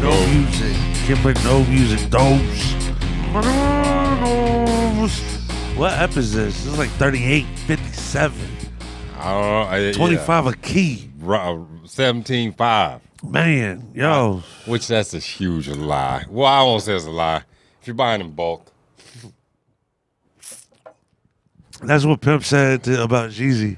No music. Can't play no music. Those. What app is this? This is like 38, 57, I don't know. I- Uh, yeah. uh, 25 a key. Ro- 17 5, Man, yo. which that's a huge lie. Well, I won't say it's a lie. If you're buying in bulk, That's what Pimp said to, about Jeezy.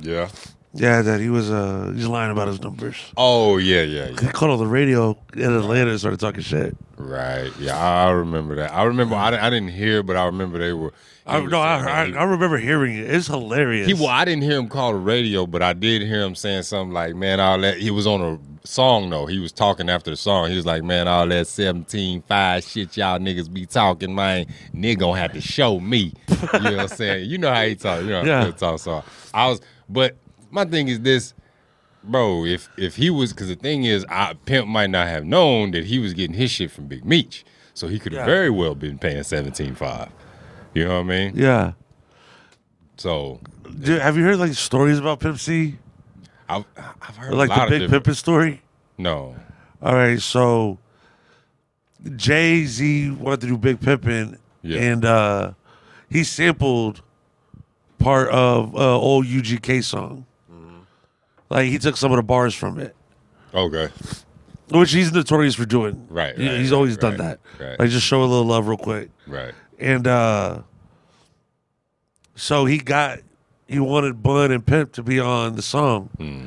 yeah. Yeah, that he was uh he's lying about his numbers. Oh, yeah, yeah, He yeah. called on the radio in Atlanta and started talking shit. Right. Yeah, I, I remember that. I remember, I, di- I didn't hear, but I remember they were. I, he was no, I, saying I that he- I remember hearing it. It's hilarious. He, well, I didn't hear him call the radio, but I did hear him saying something like, "Man, all that." He was on a song though. He was talking after the song. He was like, "Man, all that seventeen five shit y'all niggas be talking, man. Nigga gonna have to show me." You know what I'm saying? You know how he talk. You know how Yeah. he talk. So I was, but my thing is this. Bro, if if he was, because the thing is, I, Pimp might not have known that he was getting his shit from Big Meech, so he could have Yeah. very well been paying seventeen five. You know what I mean? yeah. So Dude, have you heard like stories about Pimp C? I've, I've heard Or, like a lot the of Big different- Pimpin' story? No. All right, so Jay Z wanted to do Big Pimpin', Yeah. and uh, he sampled part of uh, old UGK song. Mm-hmm. Like he took some of the bars from it, Okay. which he's notorious for doing. Right, He- right, he's right, always done right, that. right. Like just show a little love real quick, Right. and uh, so he got he wanted Bun and Pimp to be on the song, Hmm.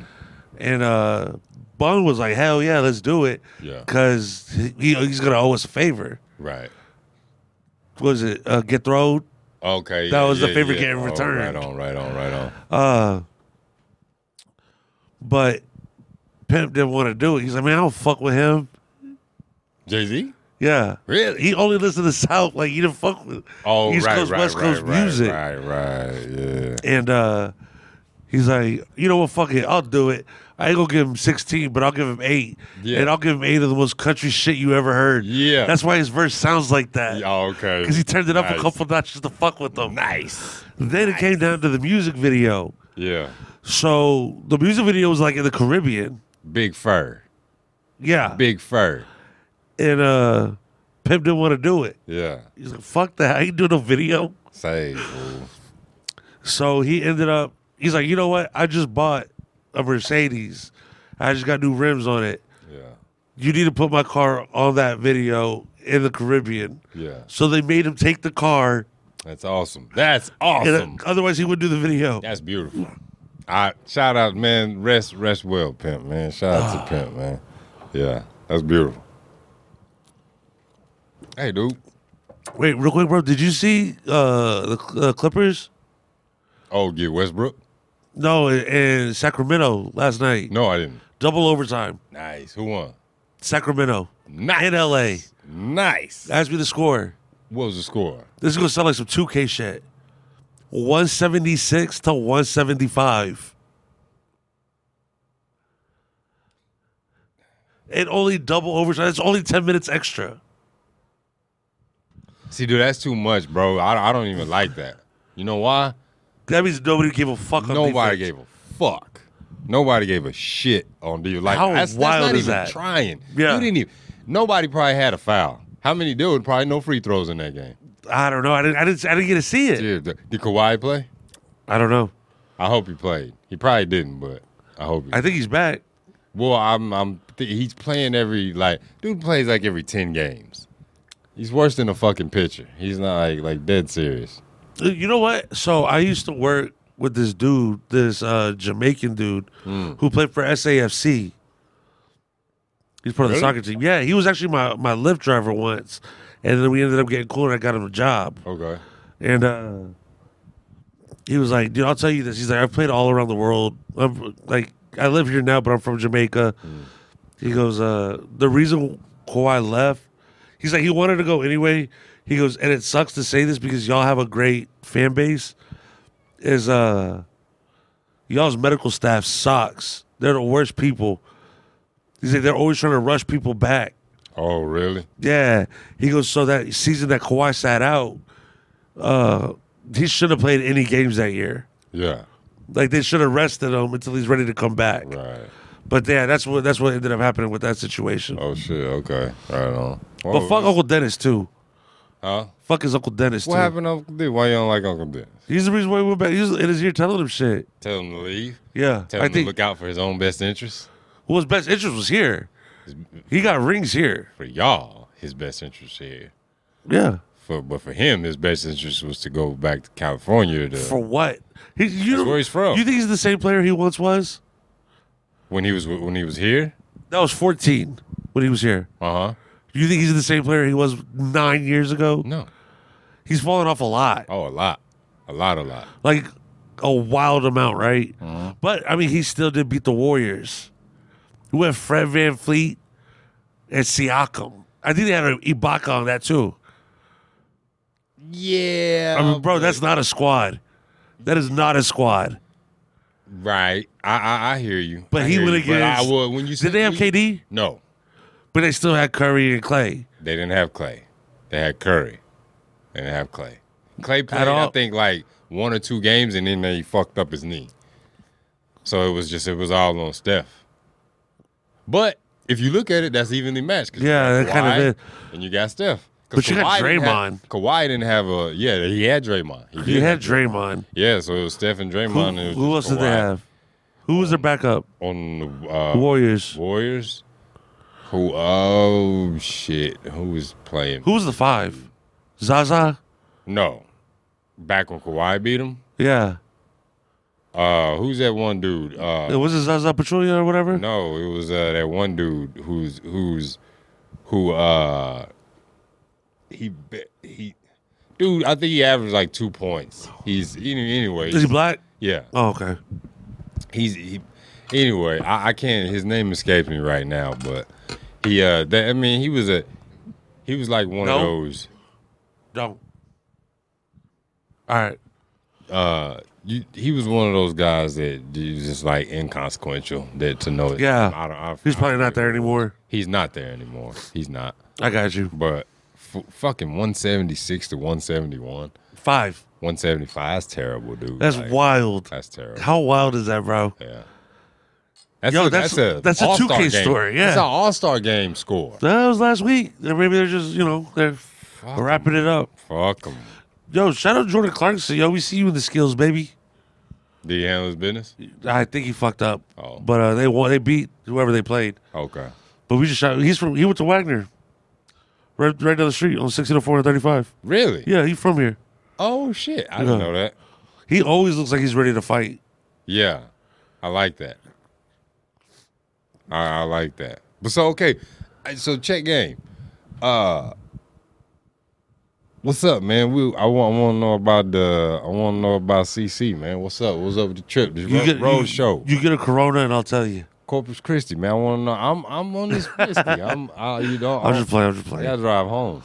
and uh, Bun was like, "Hell yeah, let's do it." Yeah. because he, he's gonna owe us a favor. Right. What Was it uh, get throwed? Okay. That was the favorite favorite game returned. Oh, Right on. Right on. Right on. Uh, but Pimp didn't want to do it. He's like, man, I don't fuck with him. Jay Z. Yeah, Really? He only listened to South. Like he didn't fuck with Oh, East right, Coast, right, West right, Coast right, music. Right. Right. Yeah. And uh, he's like, you know what? Fuck it, I'll do it. I ain't gonna give him sixteen, but I'll give him eight, Yeah. and I'll give him eight of the most country shit you ever heard. Yeah. that's why his verse sounds like that. Yeah, okay. Because he turned it up Nice. a couple notches to fuck with them. Nice. Then it came down to the music video. Yeah. So the music video was like in the Caribbean. Big Fur. Yeah. Big Fur. And uh Pimp didn't want to do it. Yeah. He's like, fuck that. I ain't doing no video. Say. fool. So he ended up, he's like, you know what? I just bought a Mercedes. I just got new rims on it. Yeah. You need to put my car on that video in the Caribbean. Yeah. So they made him take the car. That's awesome. That's and, uh, awesome. otherwise, he wouldn't do the video. That's beautiful. I shout out, man. Rest, rest well, pimp, man. Shout Ah. out to pimp, man. Yeah, that's beautiful. Hey, dude. Wait, real quick, bro. Did you see uh, the Cl- uh, Clippers? Oh, get Westbrook? No, in, in Sacramento last night. No, I didn't. Double overtime. Nice. Who won? Sacramento. Nice. In LA. Nice. Ask me the score. What was the score? This is gonna sound like some 2K shit. 176 to 175. It only double overtime. It's only 10 minutes extra. See, dude, that's too much, bro. I, I don't even like that. You know why? That means nobody gave a fuck on Nobody defense. gave a fuck. Nobody gave a shit on D. Like How that's, that's wild not is even that? trying. Yeah. You didn't even. Nobody probably had a foul. How many did? Probably no free throws in that game. I don't know. I didn't, I didn't I didn't get to see it. Did, did Kawhi play? I don't know. I hope he played. He probably didn't, but I hope he. I think he's back. well, I'm. I'm. Th- he's playing every like. Dude plays like every ten games. He's worse than a fucking pitcher. He's not like like dead serious. Uh, You know what? So I used to work with this dude, this uh, Jamaican dude Hmm. who played for SAFC. He's part of the Really? soccer team. Yeah, he was actually my my lift driver once, and then we ended up getting cool, and I got him a job. Okay. And uh, he was like, "Dude, I'll tell you this." He's like, "I've played all around the world. I'm like, I live here now, but I'm from Jamaica." He goes, uh, "The reason Kawhi left, he's like, he wanted to go anyway." He goes, "And it sucks to say this because y'all have a great fan base. Is uh, y'all's medical staff sucks. They're the worst people." He's like, "They're always trying to rush people back." Oh, really? Yeah, he goes. So that season that Kawhi sat out, uh, he should have played any games that year. Yeah. Like they should have rested him until he's ready to come back. Right. But yeah, that's what that's what ended up happening with that situation. Oh shit. Okay. Right on. but Well, fuck Uncle Dennis too. Huh? Fuck his Uncle Dennis What too. happened, to Uncle D? Why you don't like Uncle D? He's the reason why we went back. He's in his ear telling him shit. Tell him to leave. Yeah, Tell I him to think look out for his own best interest. well, his best interest was here. He got rings here. For y'all, his best interest here. Yeah. For but for him, his best interest was to go back to California to For what? He, you, That's where he's from. You think he's the same player he once was? when he was when he was here. That was 14 when he was here. Uh huh. You think he's the same player he was nine years ago? No. He's fallen off a lot, Oh, a lot, a lot, a lot. like a wild amount, right? But I mean, he still did beat the Warriors. Who had Fred Van Fleet and Siakam. I think they had an Ibaka on that too. Yeah. I Oh, Um, mean, bro, that's not a squad. That is not a squad. right. I I, I hear you. But I he hear went you. But I against- would when you Did they have K? KD? No, But they still had Curry and Clay. they didn't have Clay. They had Curry. They didn't have Clay. Clay played, I all. think, like one or two games, and then they fucked up his knee. So it was just it was all on Steph. But if you look at it, that's evenly matched. 'cause you Yeah, got that kind of Kawhi, And you got Steph. 'Cause But you got didn't have- Draymond. Kawhi didn't have a yeah. He had Draymond. He You did. had Draymond. yeah. So it was Steph and Who, Draymond. and it was who else just did they Kawhi have? Who was their backup? on the uh, Warriors. Warriors? Who? Oh shit! Who was playing? Who was the five? Zaza? No, back when Kawhi beat him. Yeah. Uh, who's that one dude? Uh, It was it Zaza Pachulia or whatever? no, it was uh that one dude who's who's who uh he be- he dude. I think he averaged like two points. He's any- Is he anyway. black? Yeah, Oh, okay. he's he, anyway. I, I can't. His name escapes me right now, but he uh that I mean he was a he was like one No. of those. Don't. All right. uh you, he was one of those guys that you just like inconsequential that to know it. Yeah. I don't, I, He's I- probably not there anymore. He's not there anymore. He's not. I got you. But f- fucking one seventy six to one seventy one, Five. one seventy five is terrible, dude. That's Like, wild. That's terrible. How wild is that, bro? yeah. That's Yo, a, that's- that's, a that's a all-star 2K game. story, yeah. that's an all star game score. That was last week. And Maybe they're just, you know, they're wrapping it up. Fuck him. Yo, shout out Jordan Clarkson. Yo, we see you in the skills, baby. Did he handle his business? I think he fucked up. Oh. But uh, they won. They beat whoever they played. Okay. But we just shot. He's from. He went to Wagner, right, right down the street on 1604 and 35. Really? Yeah, he's from here. Oh shit! I didn't Yeah. know that. He always looks like he's ready to fight. Yeah, I like that. I, I like that. But so okay, I- so check game. Uh, what's up, man? We I want I want to know about the I want to know about CC, man. What's up? What's up with the trip? The ro- road you, show, You get a Corona, and I'll tell you. Corpus Christi, man. I want to know. I'm I'm on this Christi. I'm I, you know I'll just play. I'll just I play. gotta drive home.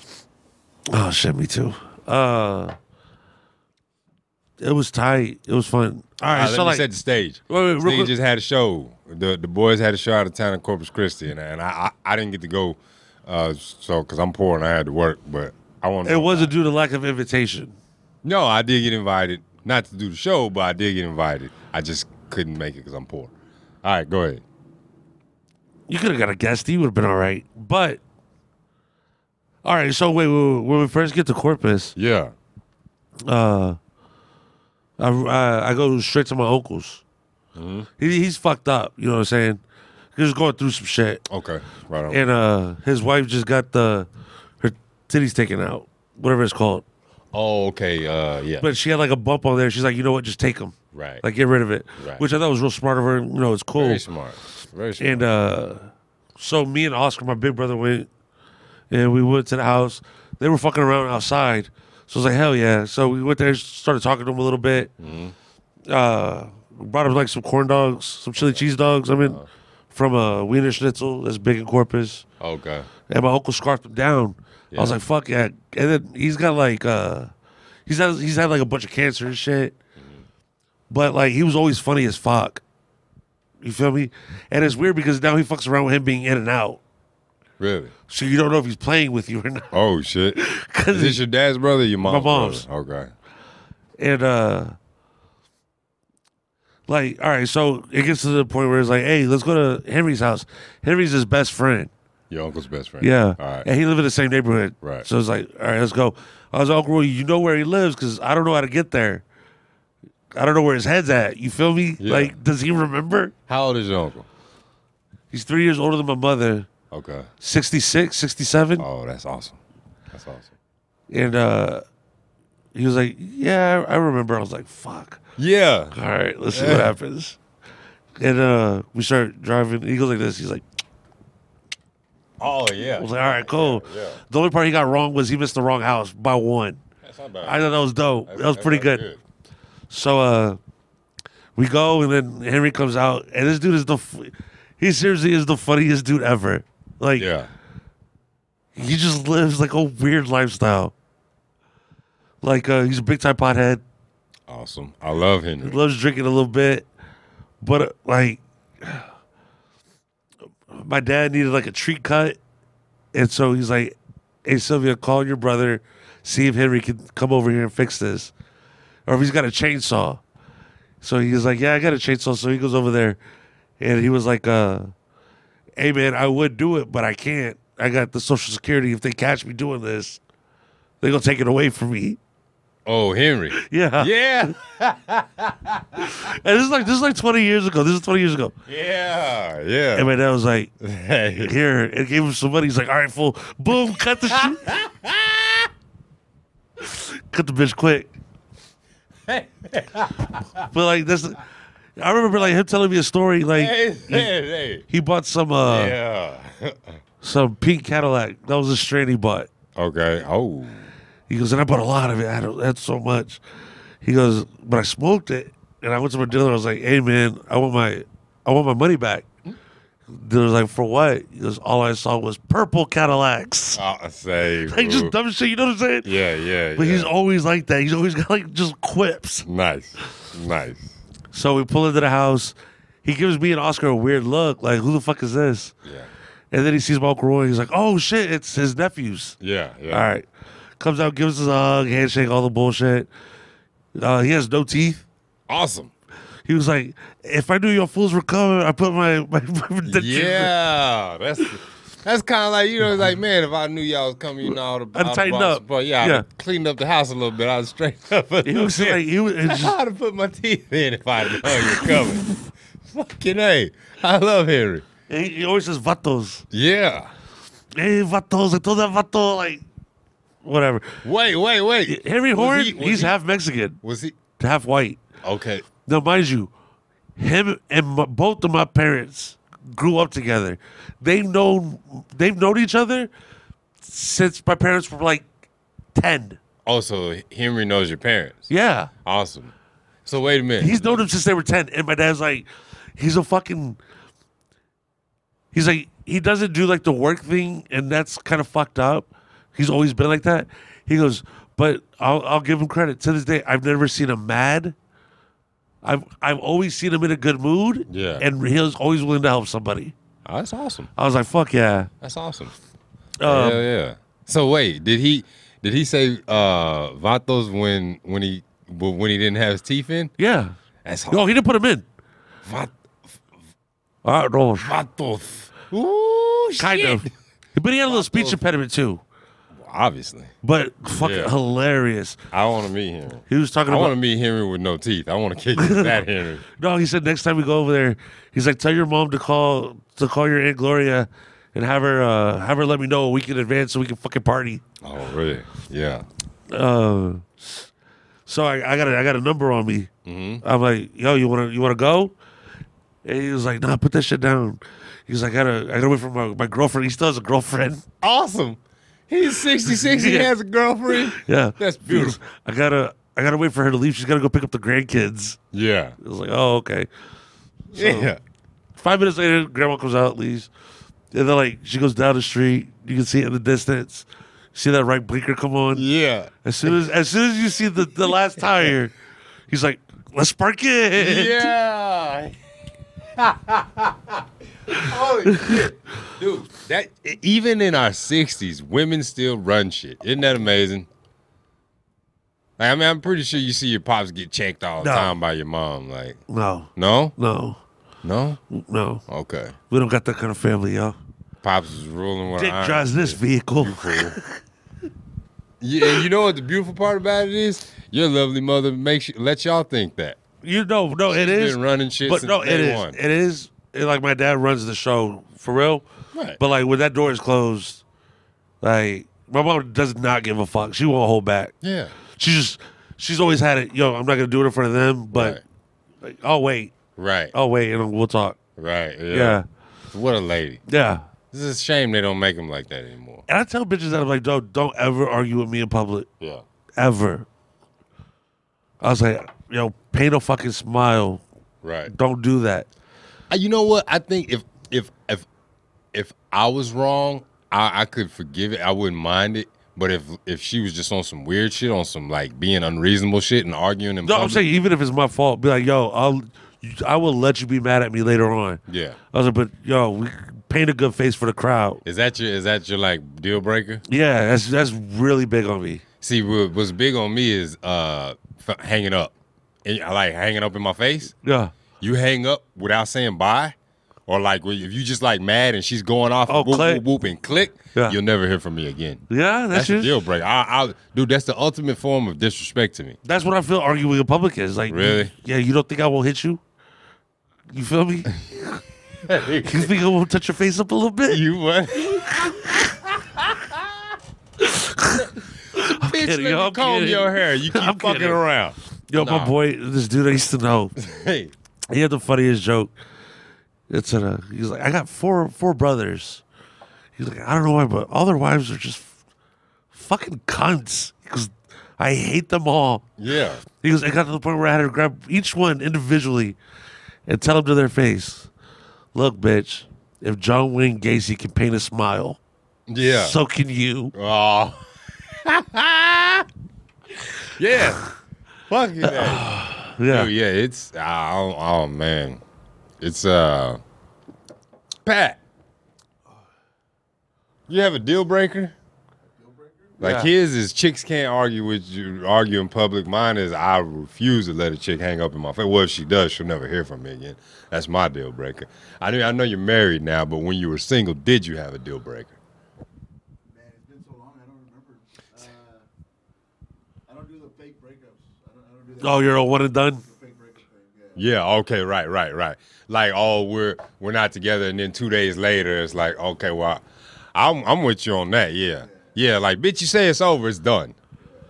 Oh shit, me too. Uh, it was tight. It was fun. All All right, right, so let me like, set the stage. Wait, wait, real Sting quick. just had a show. The the boys had a show out of town in Corpus Christi, and, and I, I I didn't get to go, uh, so because I'm poor and I had to work. But I want. it wasn't due to lack of invitation. No, I did get invited, not to do the show, but I did get invited. I just couldn't make it because I'm poor. All right, go ahead. You could have got a guest. He would have been all right. But all right, so wait, wait, wait, when we first get to Corpus, Yeah. uh, I, I I go straight to my uncle's. He, he's fucked up. You know what I'm saying? He was going through some shit, Okay. Right on. and uh, his wife just got the her titties taken out, whatever it's called. oh, okay. Uh, yeah. But she had like a bump on there. She's like, you know what? Just take them. right. Like get rid of it, Right. which I thought was real smart of her. You know, it's cool. very smart. Very smart. And uh, so me and Oscar, my big brother, went and we went to the house. They were fucking around outside. So I was like, hell yeah. So we went there, started talking to them a little bit. Mm-hmm. Uh, brought up like some corn dogs, some chili cheese dogs. I Uh-huh. mean, from a Wiener Schnitzel that's big in Corpus. okay. And my uncle scarfed them down. I was Yeah. like, fuck yeah. And then he's got like, uh, he's had, he's had like a bunch of cancer and shit. But like, he was always funny as fuck. You feel me? And it's weird because now he fucks around with him being in and out. Really? So you don't know if he's playing with you or not. Oh shit! Is this your dad's brother? Or your mom's? mom's. Brother? Okay. And uh like, all right, so it gets to the point where it's like, hey, let's go to Henry's house. Henry's his best friend. Your uncle's best friend. Yeah. All right. And he lived in the same neighborhood. Right. So it's like, all right, let's go. I was like, Uncle Roy, you know where he lives because I don't know how to get there. I don't know where his head's at. You feel me? Yeah. Like, does he remember? How old is your uncle? He's three years older than my mother, Okay. 66, 67. Oh, that's awesome. That's awesome. And uh, he was like, yeah, I I remember. I was like, fuck. Yeah. All right, let's see what happens. And uh, we start driving. He goes like this. He's like, Oh yeah. I was like, all right, cool. Yeah. The only part he got wrong was he missed the wrong house by one. That's not bad. I thought that was dope. that was That's pretty not good. So uh, we go, and then Henry comes out, and this dude is the, f- he seriously is the funniest dude ever. Like, Yeah. he just lives like a weird lifestyle. Like, uh, he's a big time pothead. Awesome. I love Henry. loves drinking a little bit, but uh, like my dad needed like a tree cut, and so he's like, "Hey Sylvia, call your brother, see if Henry can come over here and fix this, or if he's got a chainsaw." So he's like, "Yeah, I got a chainsaw." So he goes over there, and he was like, uh, "Hey man, I would do it, but I can't. I got the social security. If they catch me doing this, they gonna take it away from me." Oh, Henry. Yeah, Yeah. and this is like this is like twenty years ago. This is twenty years ago. Yeah. And Yeah. my dad was like, Hey. here, and gave him some money. He's like, all right, fool, boom, cut the shit. cut the bitch quick. but like that's, I remember like him telling me a story. Like Hey. Hey. he bought some uh Yeah. some pink Cadillac. That was a strand he bought. okay. Oh. He goes, and I bought a lot of it. I don't, that's so much. He goes, but I smoked it, and I went to my dealer. I was like, hey man, I want my I want my money back. Dealer's like, for what? He goes, all I saw was purple Cadillacs. I say. Like ooh. just dumb shit. You know what I'm saying? Yeah. Yeah. But yeah. he's always like that. He's always got like just quips. nice. Nice. So we pull into the house. He gives me and Oscar a weird look, like who the fuck is this? Yeah. And then he sees my Uncle Roy. He's like, oh shit, it's his nephews. Yeah. Yeah. All right, comes out, gives us a hug, handshake, all the bullshit. Uh, he has no teeth. Awesome. He was like, if I knew your fools were coming, I put my my, my dentures in." Yeah, that's that's kind of like you know, it's like man, if I knew y'all was coming, you know, I'd, have- I'd I'd tighten brought up. some- But yeah, Yeah. yeah. cleaned up the house a little bit. I'd straighten up. A He little was bit. like, he was it's just, I'd have put my teeth in if I would known you're coming. Fucking a, I love Henry. he, he always says vatos. Yeah. Hey vatos, I told that vato like, whatever. Wait, wait, wait. Henry Was Horn, he- was he's he- half Mexican, Was he half white. okay? Now, mind you, him and my, both of my parents grew up together. They've known they've known each other since my parents were like ten. Also, Henry knows your parents. Yeah, Awesome. So wait a minute. he's known them since they were ten. And my dad's like, he's a fucking. He's like he doesn't do like the work thing, and that's kind of fucked up. He's always been like that. He goes, but I'll I'll give him credit. To this day, I've never seen him mad. I've I've always seen him in a good mood. Yeah. and he was always willing to help somebody. Oh, that's awesome. I was like, fuck yeah. That's awesome. Um, yeah, yeah. So wait, did he did he say uh Vatos when when he when he didn't have his teeth in? yeah. That's No, he didn't put him in. Vat- All right, no, Vatos. Ooh, kind of. But he had a little speech impediment too. Obviously, But fucking Oh. Yeah. hilarious. I want to meet Henry. He was talking I want about. to meet Henry with no teeth. I want to kick his that Henry. No, he said next time we go over there, he's like, tell your mom to call to call your aunt Gloria, and have her uh, have her let me know a week in advance so we can fucking party. Oh, really? Yeah. Uh, so I, I got a, I got a number on me. Mm-hmm. I'm like, yo, you wanna you wanna go? And he was like, nah, put that shit down. He's like, I gotta I gotta wait for my, my girlfriend. He still has a girlfriend. Awesome. He's sixty six. He Yeah. has a girlfriend. Yeah, That's beautiful. I gotta I gotta wait for her to leave. She's gotta go pick up the grandkids. Yeah. I was like, oh okay. yeah. Five minutes later, grandma comes out, leaves. And then like she goes down the street. You can see it in the distance. See that right blinker come on. Yeah. As soon as as soon as you see the, the last tire, he's like, Let's spark it. Yeah. Holy shit, dude! That even in our sixties, women still run shit. Isn't that amazing? Like, I mean, I'm pretty sure you see your pops get checked all the No. time by your mom. Like, No, no, no, no, no. okay. We don't got that kind of family, y'all. Pops is ruling with Dick an iron. drives this vehicle. Yeah, and you know what the beautiful part about it is? Your lovely mother makes you let y'all think that. You know, no, it Been is. running shit But since no, it day is. one. It is. It, like my dad runs the show for real. Right. But like when that door is closed, like my mom does not give a fuck. She won't hold back. Yeah. She just she's always had it. Yo, I'm not gonna do it in front of them, but Right. like, oh wait, Right. oh wait, and we'll talk. Right. Yeah. Yeah, What a lady. yeah. This is a shame they don't make them like that anymore. And I tell bitches that I'm like, don't don't ever argue with me in public Yeah. ever. I was like, yo, paint a fucking smile. Right. Don't do that. Uh, You know what? I think if if if if I was wrong, I, I could forgive it. I wouldn't mind it. But if if she was just on some weird shit, on some like being unreasonable shit and arguing and No, I'm saying even if it's my fault, be like, yo, I'll I will let you be mad at me later on. yeah. I was like, but yo, we paint a good face for the crowd. Is that your is that your like deal breaker? Yeah, that's that's really big on me. See, what, what's big on me is uh f- hanging up. And I like hanging up in my face. Yeah. You hang up without saying bye, or like when- if you just like mad and she's going off, Oh, whoop, click. whoop, whoop, and click. Yeah. You'll never hear from me again. Yeah, that's That's a just, deal breaker. I, I, dude, that's the ultimate form of disrespect to me. that's what I feel arguing in public is like. Really? Yeah, you don't think I won't hit you? You feel me? You think I won't touch your face up a little bit? you what? Bitch, kidding, let me I'm comb kidding. your hair. You keep I'm fucking kidding. around. Yo, Nah. my boy, this dude I used to know, Hey, he had the funniest joke. It's a he's like, I got four four brothers. He's like, I don't know why, but all their wives are just fucking cunts. Because I hate them all. yeah. He goes, I got to the point where I had to grab each one individually and tell them to their face, look, bitch, if John Wayne Gacy can paint a smile, Yeah. so can you. Oh. yeah. Fuck you. man. Yeah. Dude, Oh, yeah, it's oh, oh man. It's uh Pat. You have a deal breaker? Yeah. Like his is chicks can't argue with you, argue in public. Mine is I refuse to let a chick hang up in my face. Well, if she does, she'll never hear from me again. That's my deal breaker. I mean, I know you're married now, but when you were single, did you have a deal breaker? Man, it's been so long, I don't remember. Uh, I don't do the fake breakups. I don't, I don't do that Oh, you're a one and done? fake breakup thing. Yeah. Yeah. Okay. Right. Right. Right. Like, oh, we're we're not together, and then two days later, it's like, okay, well, I'm I'm with you on that. Yeah. Yeah. Like, bitch, you say it's over, it's done.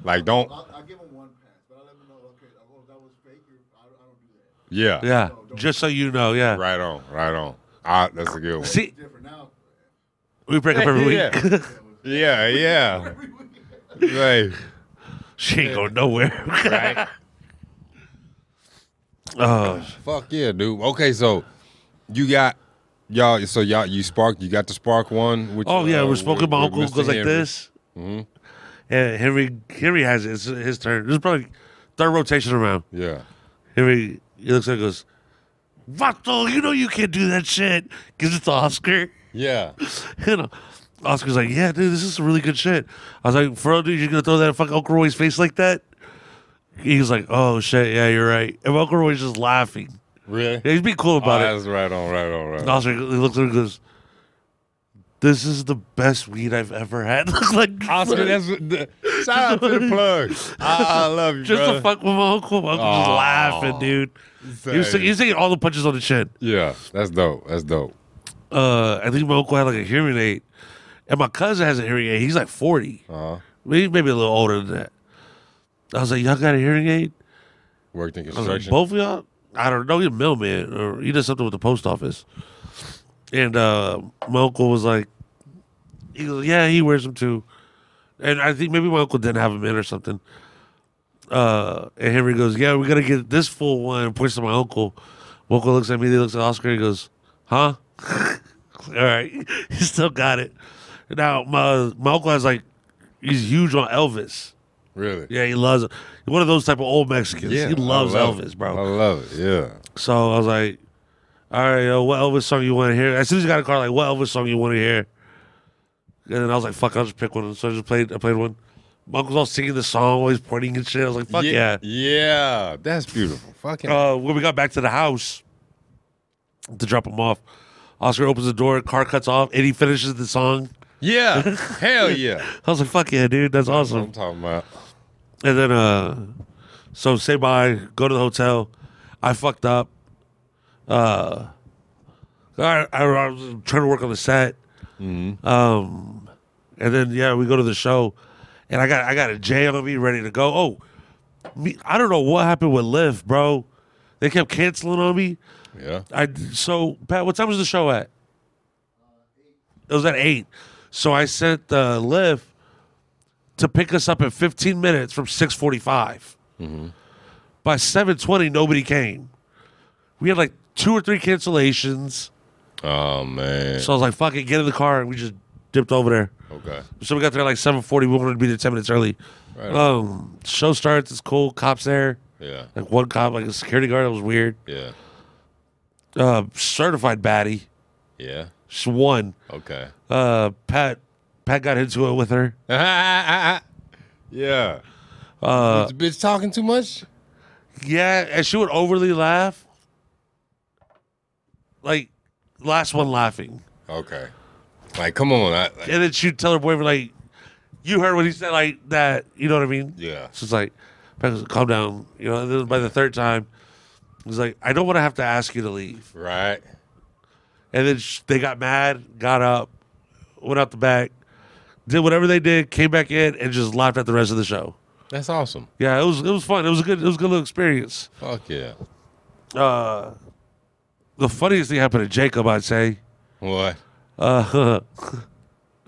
Like, don't. I'll, I'll give them one pass, but I'll let them know, okay, oh, that was fake. Or, I, I don't do that. Yeah. Yeah. Just so you know, yeah. Right on. Right on. Ah, that's a good one. See, Different now. we break up every Yeah. week. Yeah. Yeah. Like, she ain't going nowhere. right. oh, Fuck yeah, dude. Okay, so you got. Y'all, so y'all, you spark, you got the spark one. Which, oh, yeah. uh, We're smoking. My with- with uncle Mr. goes like Henry. Mm-hmm. this. And Henry, Henry has it. It's his turn. This is probably third rotation around. Yeah, Henry, he looks at it and goes, Vato, you know you can't do that shit because it's Oscar. yeah, You know, Oscar's like, yeah, dude, this is some really good shit. I was like, for real, dude, you're going to throw that at fucking Uncle Roy's face like that? He was like, oh, shit, yeah, you're right. And Uncle Roy's just laughing. really. Yeah, he's being cool Oh, about it. that's right on, right on, right. And on. Oscar he looks at him and goes, this is the best weed I've ever had. like, Oscar, that's what the, shout out to the plug. I, I love you, just brother. to fuck with my uncle. My uncle's just Aw. laughing, dude. He was, Say- he was taking all the punches on the chin. yeah, that's dope. That's dope. uh, I think my uncle had like a hearing aid, and my cousin has a hearing aid. He's like forty, Uh huh. maybe maybe a little older than that. I was like, y'all got a hearing aid? Worked in I was like, construction. both of y'all? I don't know. He's a mailman, or he does something with the post office. And uh, my uncle was like, he goes, yeah, he wears them too. And I think maybe my uncle didn't have them in or something. Uh, and Henry goes, yeah, we gotta get this full one. And points to my uncle. My uncle looks at me. He looks at Oscar. He goes, huh? All right, he still got it. Now my my uncle has like, he's huge on Elvis. really? Yeah, he loves one of those type of old Mexicans. he I loves love Elvis, it. bro. I love it. Yeah. So I was like, all right, yo, what Elvis song you want to hear? As soon as you got a car, like, what Elvis song you want to hear? And then I was like, fuck, I'll just pick one. So I just played, I played one. My uncle's all singing the song, always pointing and shit. I was like, fuck yeah. Yeah. That's beautiful. Fucking. Uh, when we got back to the house to drop him off, Oscar opens the door, car cuts off, and he finishes the song. yeah. Hell yeah. I was like, fuck yeah, dude, that's That's what I'm awesome. talking about. And then, uh, so say bye, go to the hotel. I fucked up. Uh, I, I, I was trying to work on the set. Um, and then yeah, we go to the show, and I got I got a J on me ready to go. Oh, me, I don't know what happened with Lyft, bro. They kept canceling on me. Yeah. I so Pat, what time was the show at? It was at eight. So I sent the lift to pick us up at fifteen minutes from six Mm-hmm. By seven twenty, nobody came. We had like two or three cancellations. Oh, man. So I was like, "Fuck it, get in the car," and we just dipped over there. okay. So we got there like seven forty. We wanted to be there ten minutes early. Right on. Um, show starts. It's cool. Cops there. Yeah. Like one cop, like a security guard. That was weird. Yeah. Uh, certified baddie. Yeah. Just one. Okay. uh, Pat Pat got into it with her. yeah. Uh, Was the bitch talking too much? Yeah, and she would overly laugh. Like last one laughing. Okay. Like, come on. I, like, And then she'd tell her boyfriend, like, you heard what he said like that, you know what I mean? yeah. So it's like, Pat goes, calm down. You know, and then by the third time, he's like, I don't want to have to ask you to leave. Right. And then sh- they got mad, got up, went out the back, did whatever they did, came back in, and just laughed at the rest of the show. That's awesome. Yeah, it was it was fun. It was a good it was a good little experience. Fuck yeah. uh, the funniest thing happened to Jacob, I'd say. What? Uh,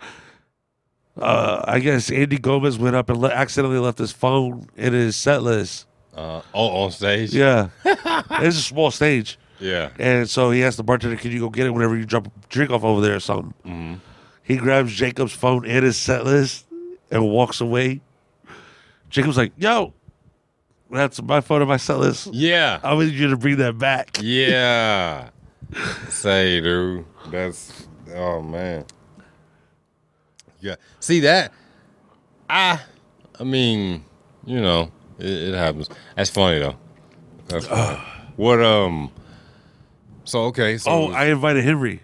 uh, I guess Andy Gomez went up and le- accidentally left his phone in his set list. Uh, oh, on stage? Yeah. it's a small stage. Yeah. And so he asked the bartender, can you go get it whenever you drop a drink off over there or something? He grabs Jacob's phone and his set list and walks away. Jacob's like, yo, that's my phone and my set list. Yeah. I need you to bring that back. Yeah. Say, dude. That's oh man. Yeah. See that? I I mean, you know, it, it happens. That's funny though. That's funny. what um so okay, so Oh, I invited Henry.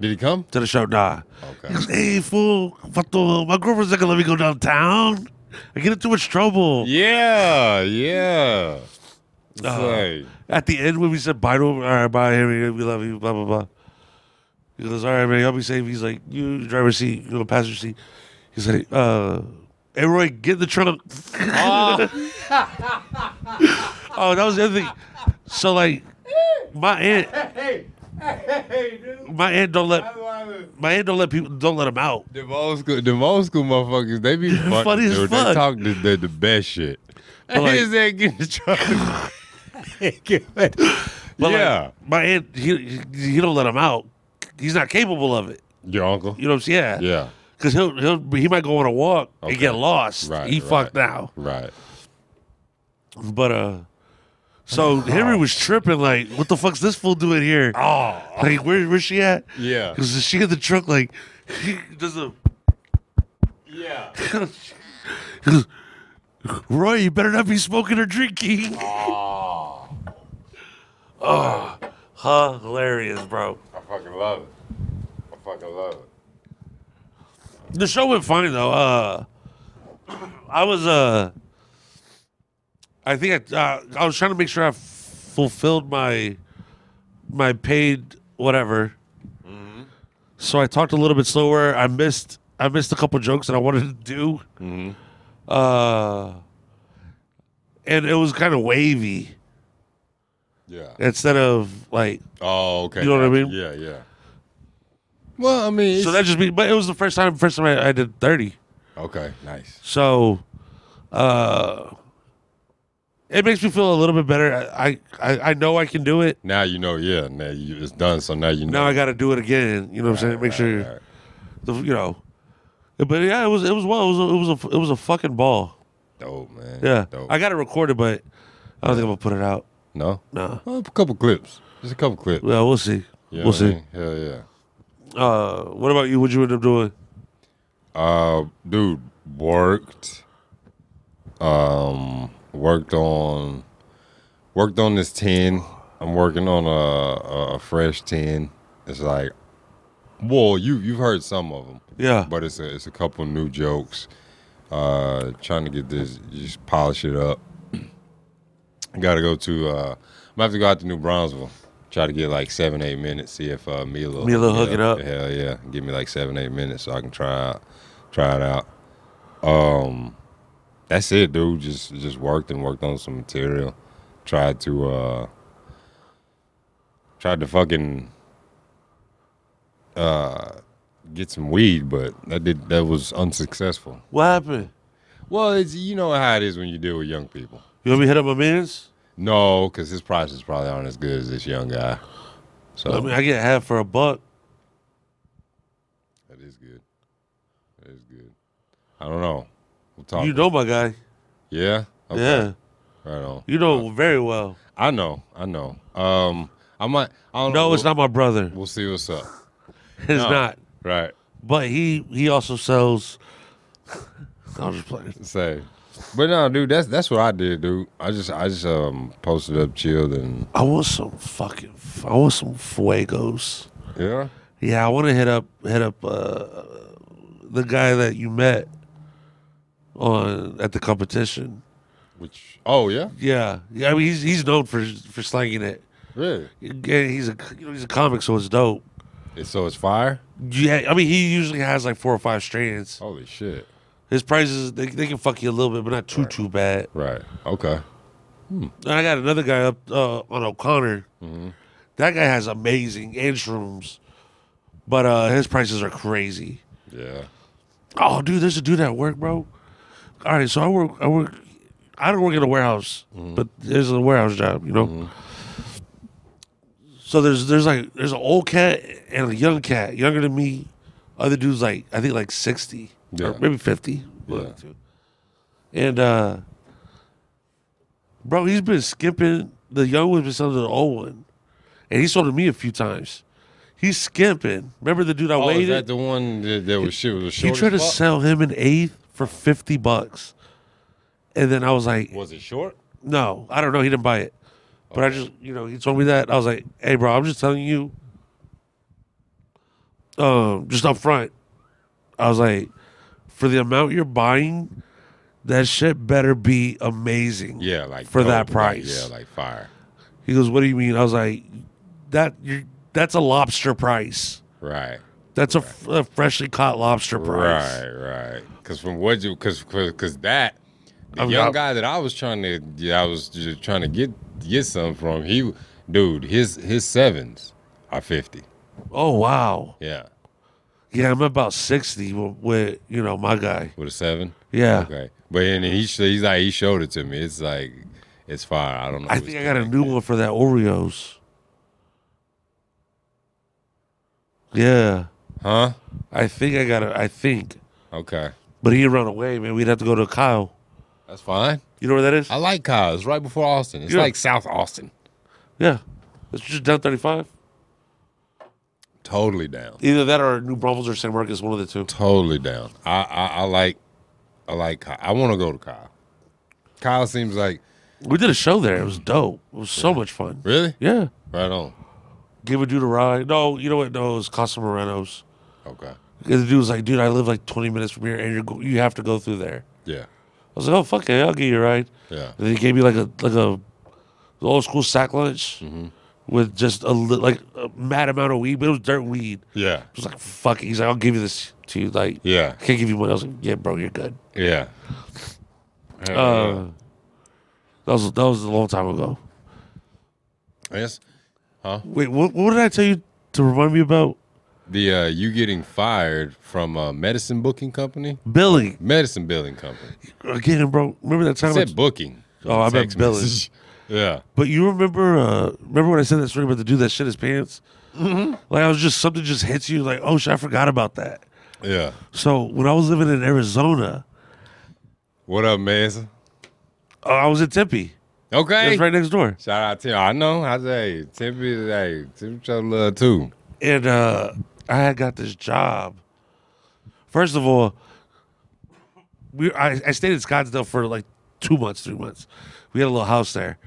did he come? to the show. Nah. He Okay. goes, hey, fool, what the, my girlfriend's not gonna let me go downtown. I get in too much trouble. Yeah, yeah. Uh, Say. At the end, when we said bye to him, all right, bye, Henry, we love you, blah, blah, blah. He goes, all right, man, I'll be safe. He's like, you, driver's seat, you know, passenger seat. He's like, uh, hey, Roy, get in the trunk. Oh, oh, that was the other thing. So, like, my aunt, hey, hey, dude. my aunt don't let, my aunt don't let people, don't let him out. The old school, the old school motherfuckers, they be funny, funny as dude. They fuck. talk the, the, the best shit. But like- Is that get in the truck? Get- But yeah, like, my aunt, he, he, he don't let him out. He's not capable of it. your uncle. You know what I'm saying? Yeah. Yeah, Cause he'll he'll he might go on a walk Okay. and get lost. Right, he right. fucked now. right. But uh, so Henry was tripping like, what the fuck's this fool doing here? Oh, Like where where's she at? yeah, Cause she in the truck like, he does a yeah. Roy, you better not be smoking or drinking. Oh, Hilarious, bro. I fucking love it. I fucking love it. The show went fine though. Uh, I was uh, I think I uh, I was trying to make sure I f- fulfilled my my paid whatever. So I talked a little bit slower. I missed I missed a couple jokes that I wanted to do. Uh, and it was kind of wavy Yeah. instead of like. Oh, okay. You know what I mean? Yeah, yeah. Well, I mean, So it's- that just be, but it was the first time. First time I, I did thirty. okay, nice. So, uh, it makes me feel a little bit better. I I, I know I can do it. Now you know, yeah. Now you, it's done, so now you know. Now I got to do it again. You know what I'm saying? Make sure, All right. the, you know. But yeah, it was it was well. It was a, it was a it was a fucking ball. Dope, man. Yeah, Dope. I got it recorded, but I don't think I'm gonna put it out. no. No. Well, a couple clips. Just a couple clips. Well, we'll see. Yeah, we'll see. Hell yeah. Uh, what about you? What'd you end up doing? Uh, dude, worked. Um, worked on, worked on this tin. I'm working on a a, a fresh tin. It's like, well, you you've heard some of them, Yeah. but it's a it's a couple new jokes. Uh, trying to get this, just polish it up. Got to go to. uh I'm gonna have to go out to New Brunswick. Try to get like seven, eight minutes. See if uh, Milo Milo me hook it up. Hell yeah, give me like seven, eight minutes so I can try out, try it out. Um, that's it, dude. Just just worked and worked on some material. Tried to uh, tried to fucking uh, get some weed, but that did that was unsuccessful. What happened? Well, it's you know how it is when you deal with young people. You want me to hit up my mans? No, because his prices probably aren't as good as this young guy. So I mean, I get half for a buck. that is good. That is good. I don't know. We'll talk. You know my guy. Yeah. Yeah. Right on. You know very well. I know. I know. Um, I might. I don't No, know. it's not my brother. We'll see what's up. It's No. not. Right. But he he also sells. I'm just playing. Say. But no, dude. That's that's what I did, dude. I just I just um posted up, chilled, and I want some fucking. I want some fuegos. yeah. Yeah, I want to hit up hit up uh, the guy that you met on at the competition. Which oh yeah Yeah, yeah. I mean, he's he's known for for slanging it. really. Yeah, he's a you know he's a comic, so it's dope. It's, so it's fire. Yeah, I mean, he usually has like four or five strands. Holy shit. His prices they, they can fuck you a little bit, but not too too bad. Right. Okay. And I got another guy up uh, on O'Connor. That guy has amazing instrums, but uh, his prices are crazy. Yeah. Oh, dude, there's a dude at work, bro. All right, so I work. I work. I don't work in a warehouse, Mm-hmm. but there's a warehouse job, you know. So there's there's like there's an old cat and a young cat, younger than me. Other dude's like I think like sixty Yeah. or maybe fifty. Yeah. And uh, bro, he's been skipping. The young one's been selling to the old one, and he sold to me a few times. He's skipping. Remember the dude I Oh, waited? is that the one that, that was shit was He short? tried to as fuck? sell him an eighth for fifty bucks, and then I was like, Was it short? "No, I don't know. He didn't buy it." But I just, you know, he told me that I was like, "Hey, bro, I'm just telling you, um, just up front." I was like, "For the amount you're buying, that shit better be amazing." Yeah, like for dope, that like, price. yeah, like fire. He goes, "What do you mean?" I was like, "That you, that's a lobster price. Right. That's a f- a freshly caught lobster price." Right, right. Because from what you, because because that the I'm young not- guy that I was trying to, yeah, I was just trying to get get some from. He, dude, his his sevens are fifty. Oh wow. Yeah, Yeah, I'm about sixty w- with you know my guy. with a seven. Yeah, Okay, but then he sh- he's like he showed it to me. It's like it's fire. I don't know. I who's think I got a doing new it. one for that Oreos. Yeah, Huh? I think I got a. I think, Okay, but he run away, man. We'd have to go to Kyle. that's fine. You know where that is? I like Kyle. It's right before Austin. It's Yeah. like South Austin. yeah, it's just down thirty five. Totally down. Either that or New Brunswick or San Marcos, one of the two. Totally down. I I, I like I like Kyle. I want to go to Kyle. Kyle seems like We did a show there. It was dope. It was so much fun. really Yeah, right on. give a dude a ride. No, you know what? No, it was Casa Moreno's. Okay. The dude was like, "Dude, I live like twenty minutes from here, and you're go- you have to go through there." Yeah. I was like, "Oh fuck it, I'll get you a ride." Yeah. And they gave me like a like a old school sack lunch Mm-hmm. with just a li- like a mad amount of weed, but it was dirt weed. Yeah. I was like, "Fuck it." He's like, "I'll give you this to you." Like, Yeah. I can't give you money. I was like, "Yeah, bro, you're good." Yeah. Uh, that was that was a long time ago. yes. Wait, what, what did I tell you to remind me about The uh, you getting fired from a medicine booking company, Billy medicine billing company. again, bro? Remember that I time? I said booking. Oh, I meant Text billing. message. Yeah. but you remember? uh Remember when I said that story about the dude that shit his pants? Mm-hmm. Like I was just something just hits you like, oh shit, I forgot about that. Yeah. So when I was living in Arizona, What up, Mason? uh, I was in Tempe. Okay. That's right next door. Shout out to I know. I say Tippy, hey, Tippy show love too. and uh, I had got this job. First of all, we I, I stayed in Scottsdale for like two months, three months. We had a little house there.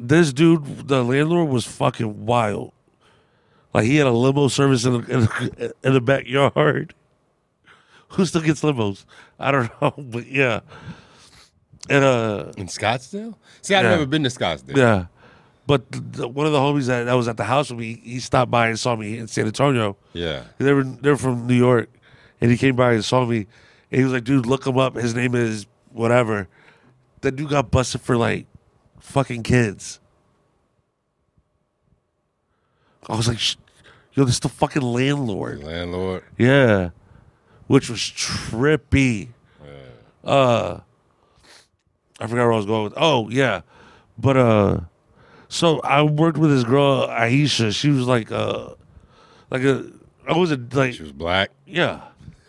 This dude, the landlord, was fucking wild. Like he had a limo service in the, in the, in the backyard. Who still gets limos? I don't know, but yeah. And uh, In Scottsdale? See, I've Yeah. never been to Scottsdale. yeah. But th- th- one of the homies that, that was at the house with me, he stopped by and saw me in San Antonio. Yeah. They were they're from New York, and he came by and saw me, and he was like, "Dude, look him up. His name is whatever." That dude got busted for like fucking kids. I was like, Sh- "Yo, this is the fucking landlord." Landlord. Yeah, which was trippy. Uh, I forgot where I was going with. Oh yeah, but uh, so I worked with this girl Aisha. She was like uh, like a I was a like She was black. yeah.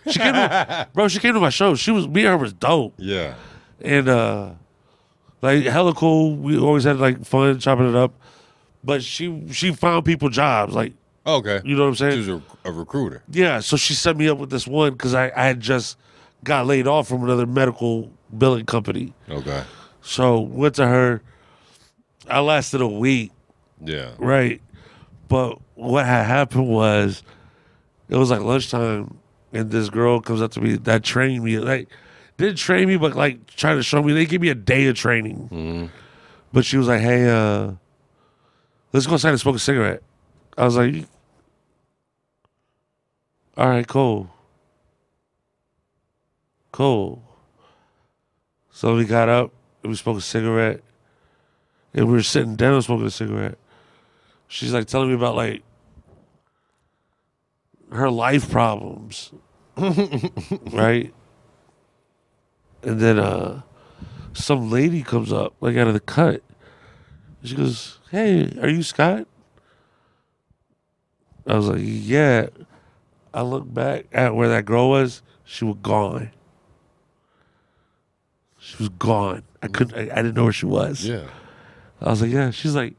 She came to, bro, she came to my show. She was me and her was dope. Yeah. And uh like hella cool. We always had like fun chopping it up. But she she found people jobs, like Okay. you know what I'm She saying? was a, a recruiter. Yeah, so she set me up with this one because I, I had just got laid off from another medical billing company. Okay. So went to her. I lasted a week, Yeah. right? But what had happened was it was like lunchtime and this girl comes up to me that trained me. Like didn't train me, but like trying to show me they give me a day of training. But she was like, Hey, uh, let's go outside and smoke a cigarette. I was like, All right, cool. Cool. So we got up and we smoked a cigarette. And we were sitting down smoking a cigarette. She's like telling me about like her life problems. right? And then uh some lady comes up, like out of the cut. She goes, Hey, are you Scott? I was like, Yeah. I look back at where that girl was, she was gone. She was gone. I couldn't I, I didn't know where she was. Yeah. I was like, yeah. She's like,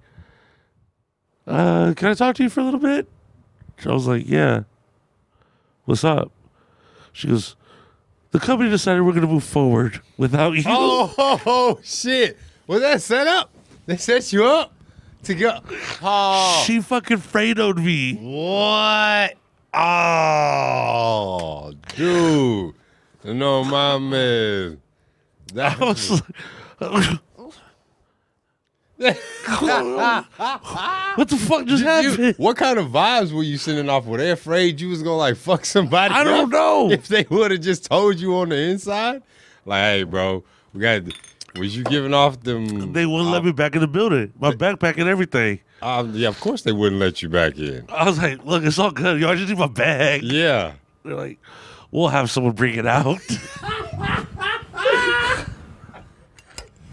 uh, can I talk to you for a little bit? I was like, yeah. What's up? She goes, the company decided we're going to move forward without you. Oh, oh, oh, shit. Was that set up? They set you up to go. Oh. She fucking fredoed me. What? Oh, dude. No, my man. That I was like, what the fuck just You- happened? what kind of vibes were you sending off? Were they afraid you was gonna like fuck somebody? I don't up? know. If they would have just told you on the inside, like, hey, bro, we got. Was you giving off them? They wouldn't let me back in the building. My backpack and everything. Uh, yeah, of course they wouldn't let you back in. I was like, look, it's all good. Y'all just need my bag. Yeah. They're like, we'll have someone bring it out.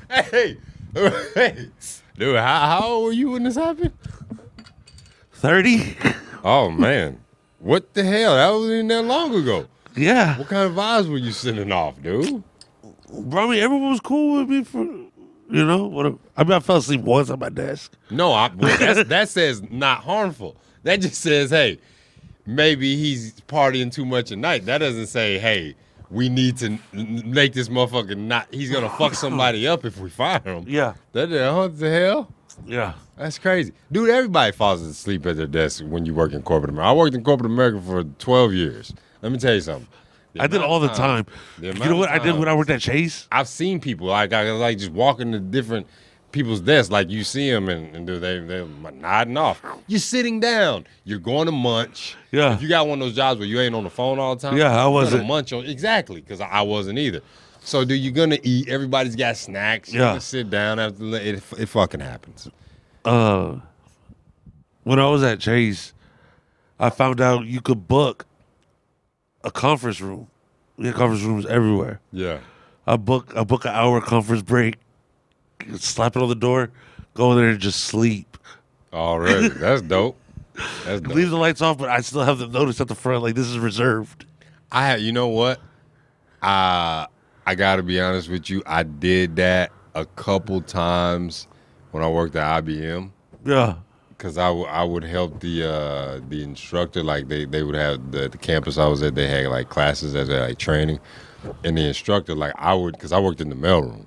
Hey, hey, dude, how, how old were you when this happened? 30? Oh man, what the hell? That wasn't even that long ago. yeah. What kind of vibes were you sending off, dude? Bro, I mean, everyone was cool with me for, you know, whatever. I mean, I fell asleep once at my desk. No, I, well, that's, that says not harmful. That just says, hey, maybe he's partying too much at night. That doesn't say, hey, we need to n- n- make this motherfucker not. He's gonna fuck somebody up if we fire him. Yeah. That the what the hell? Yeah. That's crazy, dude. Everybody falls asleep at their desk when you work in corporate America. I worked in corporate America for twelve years. Let me tell you something. The I did amount all the of time. the You amount know of what I did when I times- worked at Chase? I've seen people like I like just walking to different people's desks. Like you see them and, and do they they nodding off. You're sitting down. You're going to munch. Yeah. If you got one of those jobs where you ain't on the phone all the time. Yeah, I you're gonna wasn't. munch on exactly because I wasn't either. So do you gonna eat? Everybody's got snacks. You're Yeah. gonna sit down after it. It fucking happens. Uh, when I was at Chase, I found out you could book a conference room. We had conference rooms everywhere. Yeah. I book I book an hour conference break, slap it on the door, go in there and just sleep. Already. That's dope. That's dope. Leave the lights off, but I still have them notice at the front like this is reserved. I you know what? Uh I gotta be honest with you. I did that a couple times when I worked at IBM Yeah. because I, w- I would help the uh, the instructor like they, they would have the, the campus I was at they had like classes as they like training and the instructor like I would because I worked in the mailroom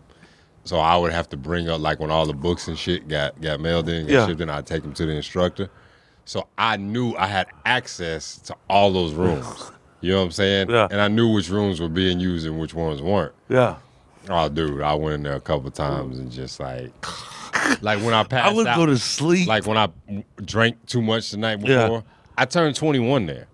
so I would have to bring up like when all the books and shit got got mailed in got Yeah. shipped in I'd take them to the instructor so I knew I had access to all those rooms you know what I'm saying Yeah. and I knew which rooms were being used and which ones weren't Yeah. oh dude I went in there a couple times and just like like when I passed I would out go to sleep. like when I drank too much the night before. Yeah. I turned 21 there.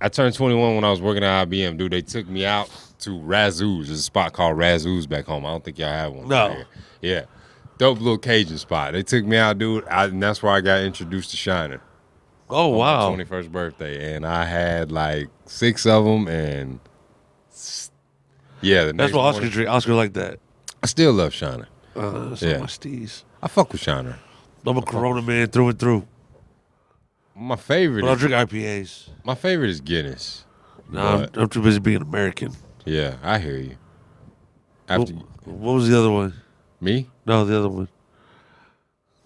I turned 21 when I was working at IBM, dude. They took me out to Razoo's. There's a spot called Razoo's back home. I don't think y'all have one. No. out here. Yeah. Dope little Cajun spot. They took me out, dude. I, and that's where I got introduced to Shiner. oh wow. Twenty first birthday, and I had like six of them, and s- yeah, the That's next what Oscar morning- drink. Oscar like that. I still love Shiner. Uh, so Yeah. much teas. I fuck with Shiner. I'm a Corona man through and through. My favorite, But I'll is, drink IPAs. my favorite is Guinness. No, I'm, But- I'm too busy being American. Yeah, I hear you. What, After what was the other one? me, No, the other one.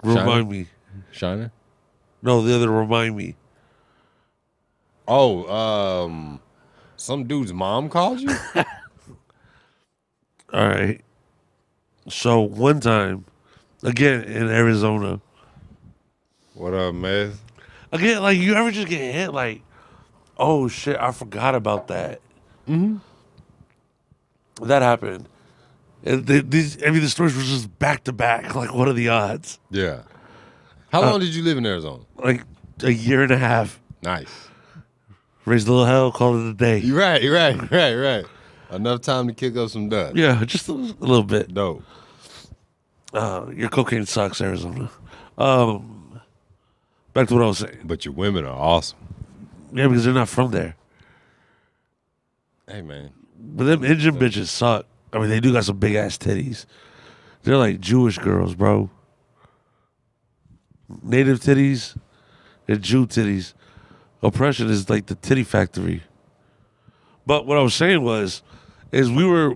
Shiner? Remind me. Shiner. No, the other remind me. Oh, um, some dude's mom called you. All right. So one time, again in Arizona, what up, man? again like you ever just get hit like, oh shit, I forgot about that. Mm-hmm. That happened. And the, these, I mean, the stories were just back to back. Like, what are the odds? Yeah. Uh, How long did you live in Arizona? Like a year and a half. Nice. Raised a little hell, called it a day. You right. You right. you Right. you Right. Enough time to kick up some dust. yeah, just a, a little bit. Dope. Uh, your cocaine sucks, Arizona. Um, back to what I was saying. But your women are awesome. Yeah, because they're not from there. Hey, man. But them Indian bitches suck. I mean, they do got some big ass titties. They're like Jewish girls, bro. Native titties and Jew titties. Oppression is like the titty factory. But what I was saying was, is we were,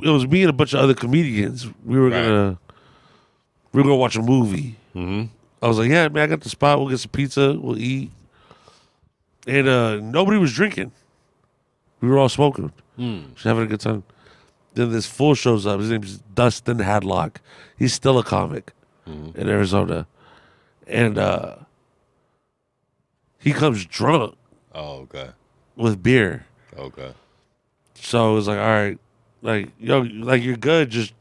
it was me and a bunch of other comedians. We were Right. gonna, we were gonna watch a movie. Mhm. I was like, yeah, man, I got the spot. We'll get some pizza. We'll eat. And uh, nobody was drinking. We were all smoking. Just having a good time. Then this fool shows up. His name's Dustin Hadlock. He's still a comic in Arizona. And uh, he comes drunk Oh, okay. with beer. Okay. So it was like, all right, like, yo, like you're good. Just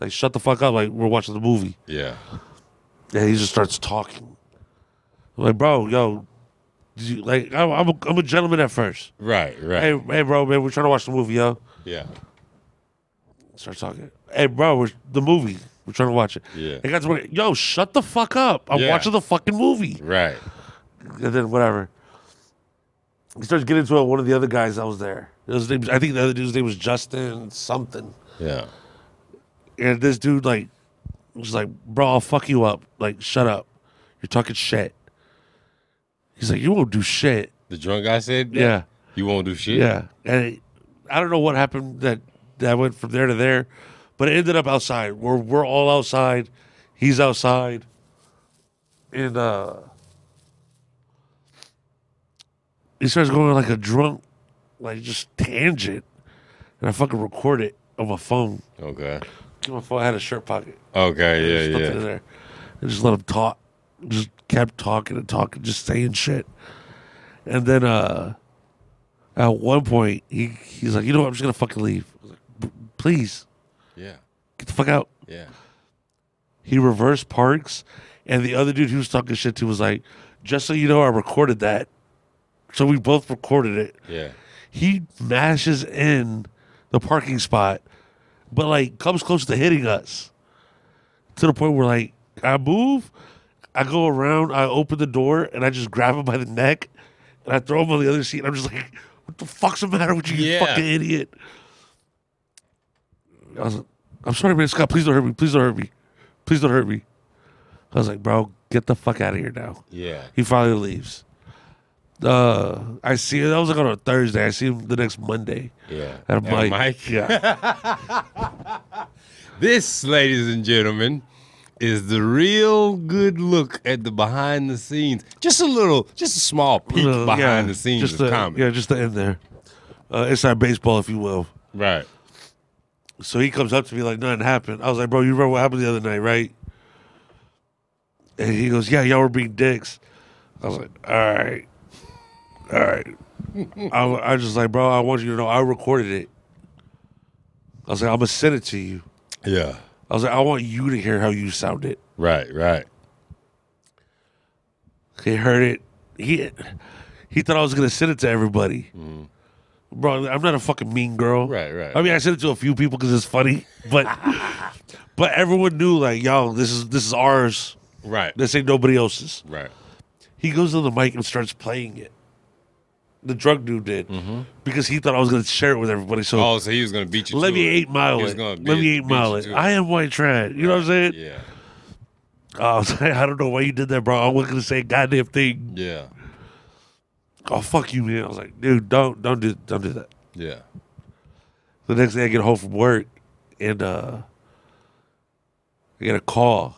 like shut the fuck up. Like we're watching the movie. Yeah. Yeah, he just starts talking. I'm like, bro, yo, did you, like, I'm, I'm, a, I'm a gentleman at first. Right. Right. Hey, hey, bro, man, we're trying to watch the movie, yo. Yeah. Start talking. Hey, bro, we're, the movie. We're trying to watch it. Yeah. And guys, were like, yo, shut the fuck up. I'm Yeah. watching the fucking movie. Right. And then whatever. He starts getting to it. with One of the other guys that was there. His name, I think the other dude's name was Justin something. Yeah. And this dude like was like, bro, I'll fuck you up. Like, shut up. You're talking shit. He's like, you won't do shit. The drunk guy said. that? Yeah. You won't do shit. Yeah. And it, I don't know what happened that that went from there to there, but it ended up outside. We're we're all outside. He's outside. And uh he starts going like a drunk, like just tangent. And I fucking record it on my phone. Okay. My phone had a shirt pocket. Okay. Just Yeah. stuck it in Yeah. there. And just let him talk. Just kept talking and talking, just saying shit. And then uh at one point he he's like, you know what, I'm just gonna fucking leave. I was like, "B- please, Yeah. get the fuck out. Yeah. He reversed parks and the other dude he was talking shit to was like, just so you know I recorded that. So we both recorded it. Yeah. He mashes in the parking spot, but like comes close to hitting us to the point where like I move, I go around, I open the door, and I just grab him by the neck and I throw him on the other seat. I'm just like, what the fuck's the matter with you, you Yeah. fucking idiot? I was like, I'm sorry, man, Scott, please don't hurt me. Please don't hurt me. Please don't hurt me. I was like, bro, get the fuck out of here now. Yeah. He finally leaves. Uh, I see. That was like on a Thursday. I see him the next Monday Yeah. at a mic. Mike. Yeah, This, ladies and gentlemen, is the real good look at the behind the scenes. Just a little, just a small peek Uh, behind yeah, the scenes just of to- comedy. Yeah, just the end there. Uh, inside baseball, if you will. Right. So he comes up to me like nothing happened. I was like, bro, you remember what happened the other night, right? And he goes, yeah, y'all were being dicks. I was like, all right, all right. I, wa- I was just like, bro, I want you to know I recorded it. I was like, I'm gonna send it to you. Yeah. I was like, I want you to hear how you sounded. Right. Right. He heard it. He he thought I was gonna send it to everybody. Bro, I'm not a fucking mean girl. Mm. Right, right. I mean, I sent it to a few people because it's funny, but but everyone knew like, yo, this is this is ours. Right. This ain't nobody else's. Right. He goes to the mic and starts playing it. The drug dude did because he thought I was gonna share it with everybody. So Mm-hmm. Oh, so he was gonna beat you. let to me it. eight mile He was it. gonna Let beat- me eight beat mile you it. to I am white trash. You know what I'm saying? Yeah. I was like, I don't know why you did that, bro. I wasn't gonna say a goddamn thing. Yeah. oh fuck you man i was like dude don't don't do don't do that Yeah. the next day i get home from work and uh i get a call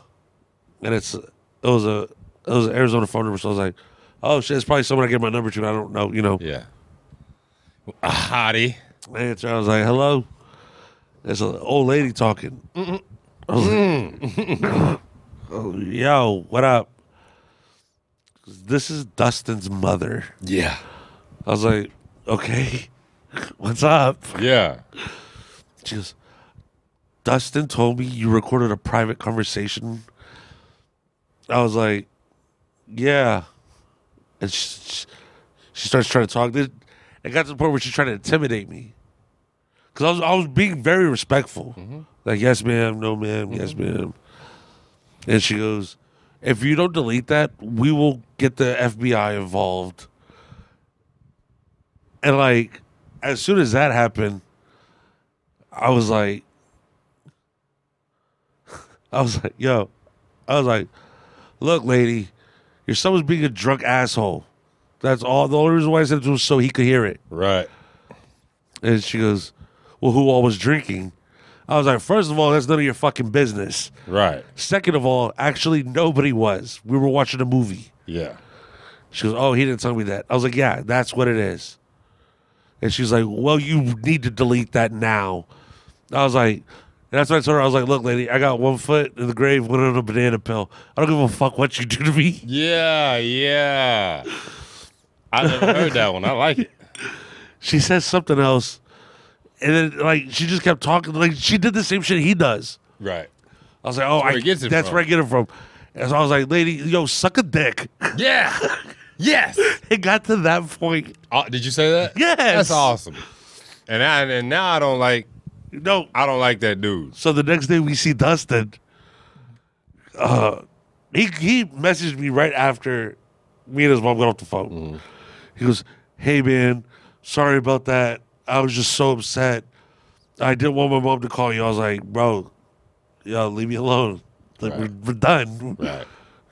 and it's it was a it was an arizona phone number so i was like oh shit it's probably someone i gave my number to and i don't know you know Yeah. A hottie. I answer i was like hello there's an old lady talking I was like, oh, yo what up this is dustin's mother Yeah. i was like okay what's up Yeah. She goes, Dustin told me you recorded a private conversation. I was like, yeah. And she, she starts trying to talk. Then It got to the point where she's trying to intimidate me. Because I was, I was being very respectful. Like, yes, ma'am, no, madam yes, ma'am. And she goes, if you don't delete that, we will get the FBI involved. And like, as soon as that happened, I was like, I was like, yo, I was like, look, lady, your son was being a drunk asshole. That's all. The only reason why I said it was so he could hear it. Right. And she goes, well, who all was drinking? I was like, first of all, that's none of your fucking business. Right. Second of all, actually, nobody was. We were watching a movie. Yeah. She goes, oh, he didn't tell me that. I was like, yeah, that's what it is. And she's like, well, you need to delete that now. I was like, and that's what I told her. I was like, look, lady, I got one foot in the grave, one on a banana pill. I don't give a fuck what you do to me. Yeah. Yeah. I never heard that one. I like it. She says something else. And then, like, she just kept talking. Like, she did the same shit he does. Right. I was like, oh, where I, he gets it that's from. where I get it from. And so I was like, lady, yo, suck a dick. Yeah. Yes. it got to that point. Oh, did you say that? Yes. That's awesome. And I, and now I don't like No, I don't like that dude. So the next day we see Dustin. Uh, he he messaged me right after me and his mom got off the phone. He goes, "Hey man, sorry about that. I was just so upset. I didn't want my mom to call you. I was like, bro, yo, leave me alone. Like we're, we're done.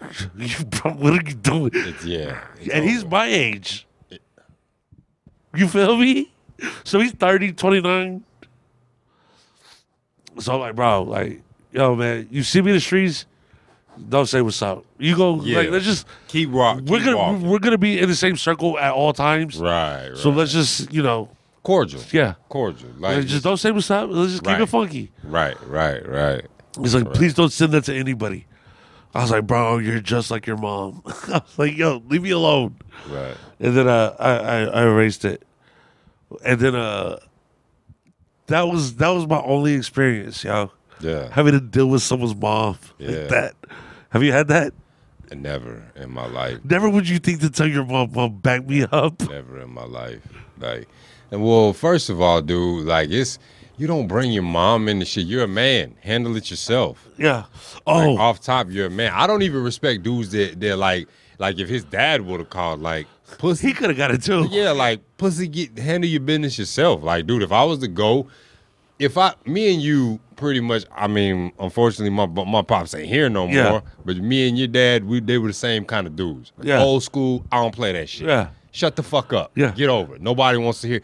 Right. You, bro, what are you doing? It's yeah. It's and he's over. my age. You feel me? So he's 30, 29. So I'm like, bro, like, yo, man, you see me in the streets, don't say what's up. You go, Yeah. like, let's just, keep walking. we're gonna, walking. we're gonna be in the same circle at all times. right. Right. So let's just, you know, cordial. yeah, Cordial. Like Like, just don't say what's up. Let's just keep Right. it funky. Right. Right. Right. He's like, please don't send that to anybody. I was like, bro, you're just like your mom. I was like, yo, leave me alone. Right. and then uh, I, I I erased it, and then uh, that was that was my only experience, yo. Yeah. Having to deal with someone's mom Yeah. like that. Have you had that? Never in my life. Never would you think to tell your mom, "Mom, back me up." Never in my life. Like, and well, first of all, dude, like it's you don't bring your mom into shit. You're a man. Handle it yourself. Yeah. Like, Oh, off top, you're a man. I don't even respect dudes that they're like, like if his dad would have called, like pussy. he could have got it too. oh. Yeah, like pussy, get handle your business yourself. Like, dude, if I was to go, if I, me and you, pretty much. I mean, unfortunately, my my pops ain't here no Yeah. more. But me and your dad, we they were the same kind of dudes. Like, Yeah. old school. I don't play that shit. Yeah. Shut the fuck up. Yeah. Get over it. Nobody wants to hear.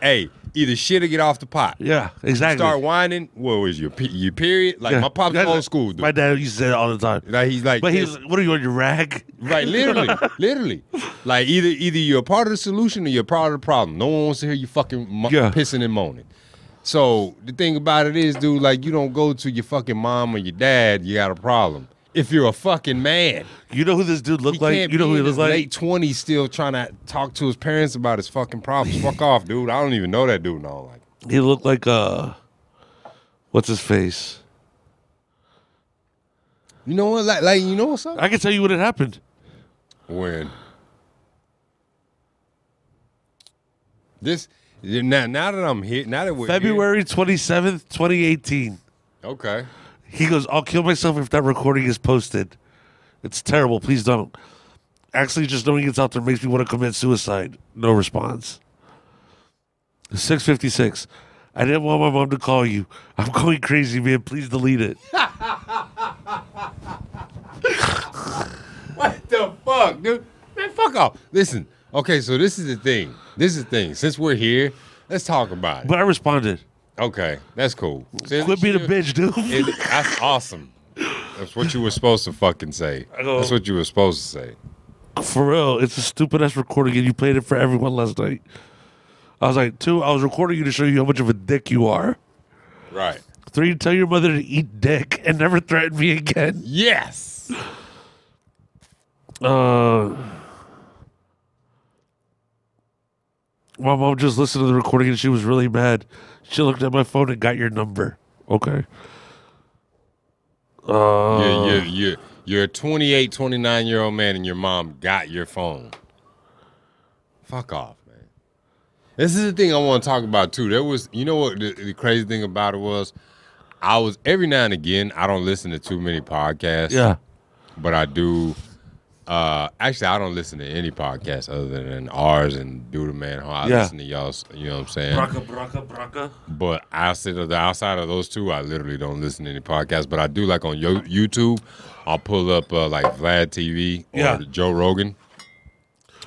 hey, either shit or get off the pot. Yeah, exactly. Start whining. What was your pe- your period? Like Yeah. my pop's That's- old school dude. My dad used to say that all the time. like he's like, But "It's- he's, what are you on your rag? Right, literally, literally. Like either either you're a part of the solution or you're part of the problem. No one wants to hear you fucking mo- Yeah. pissing and moaning. So the thing about it is, dude, like you don't go to your fucking mom or your dad. You got a problem. If you're a fucking man, You know who this dude he looked like? can't You know be who he in his looked like? late twenties still trying to talk to his parents about his fucking problems. Fuck off, dude. I don't even know that dude. No, like He looked like uh, what's his face? you know what? Like, like you know what's up? I can tell you when it happened. when this now now that I'm here now that we're here- February twenty seventh, twenty eighteen. okay. He goes, "I'll kill myself if that recording is posted. It's terrible. Please don't." Actually, just knowing it's out there makes me want to commit suicide. No response. Six fifty six. I didn't want my mom to call you. I'm going crazy, man. Please delete it. What the fuck, dude? Man, fuck off. Listen, okay, so this is the thing. This is the thing. Since we're here, let's talk about it. But I responded. Okay, that's cool. See, Quit being a shit- bitch, dude. it- that's awesome. That's what you were supposed to fucking say. I know. That's what you were supposed to say. For real, it's a stupid ass recording, and you played it for everyone last night. I was like, two, I was recording you to show you how much of a dick you are. Right. Three, tell your mother to eat dick and never threaten me again. Yes. Uh, my mom just listened to the recording and she was really mad. She looked at my phone and got your number. Okay. Uh, You're, you're, you're, you're a 28, 29 year old man and your mom got your phone. Fuck off, man. This is the thing I want to talk about too. There was, you know what the, the crazy thing about it was? I was, every now and again, I don't listen to too many podcasts. Yeah. But I do, uh, actually, I don't listen to any podcasts other than ours and Do the Man Hall. I Yeah. listen to y'all's, you know what I'm saying? braka, braka. But outside of the outside of those two, I literally don't listen to any podcasts. But I do like on Yo- YouTube, I'll pull up uh, like Vlad TV or Yeah. Joe Rogan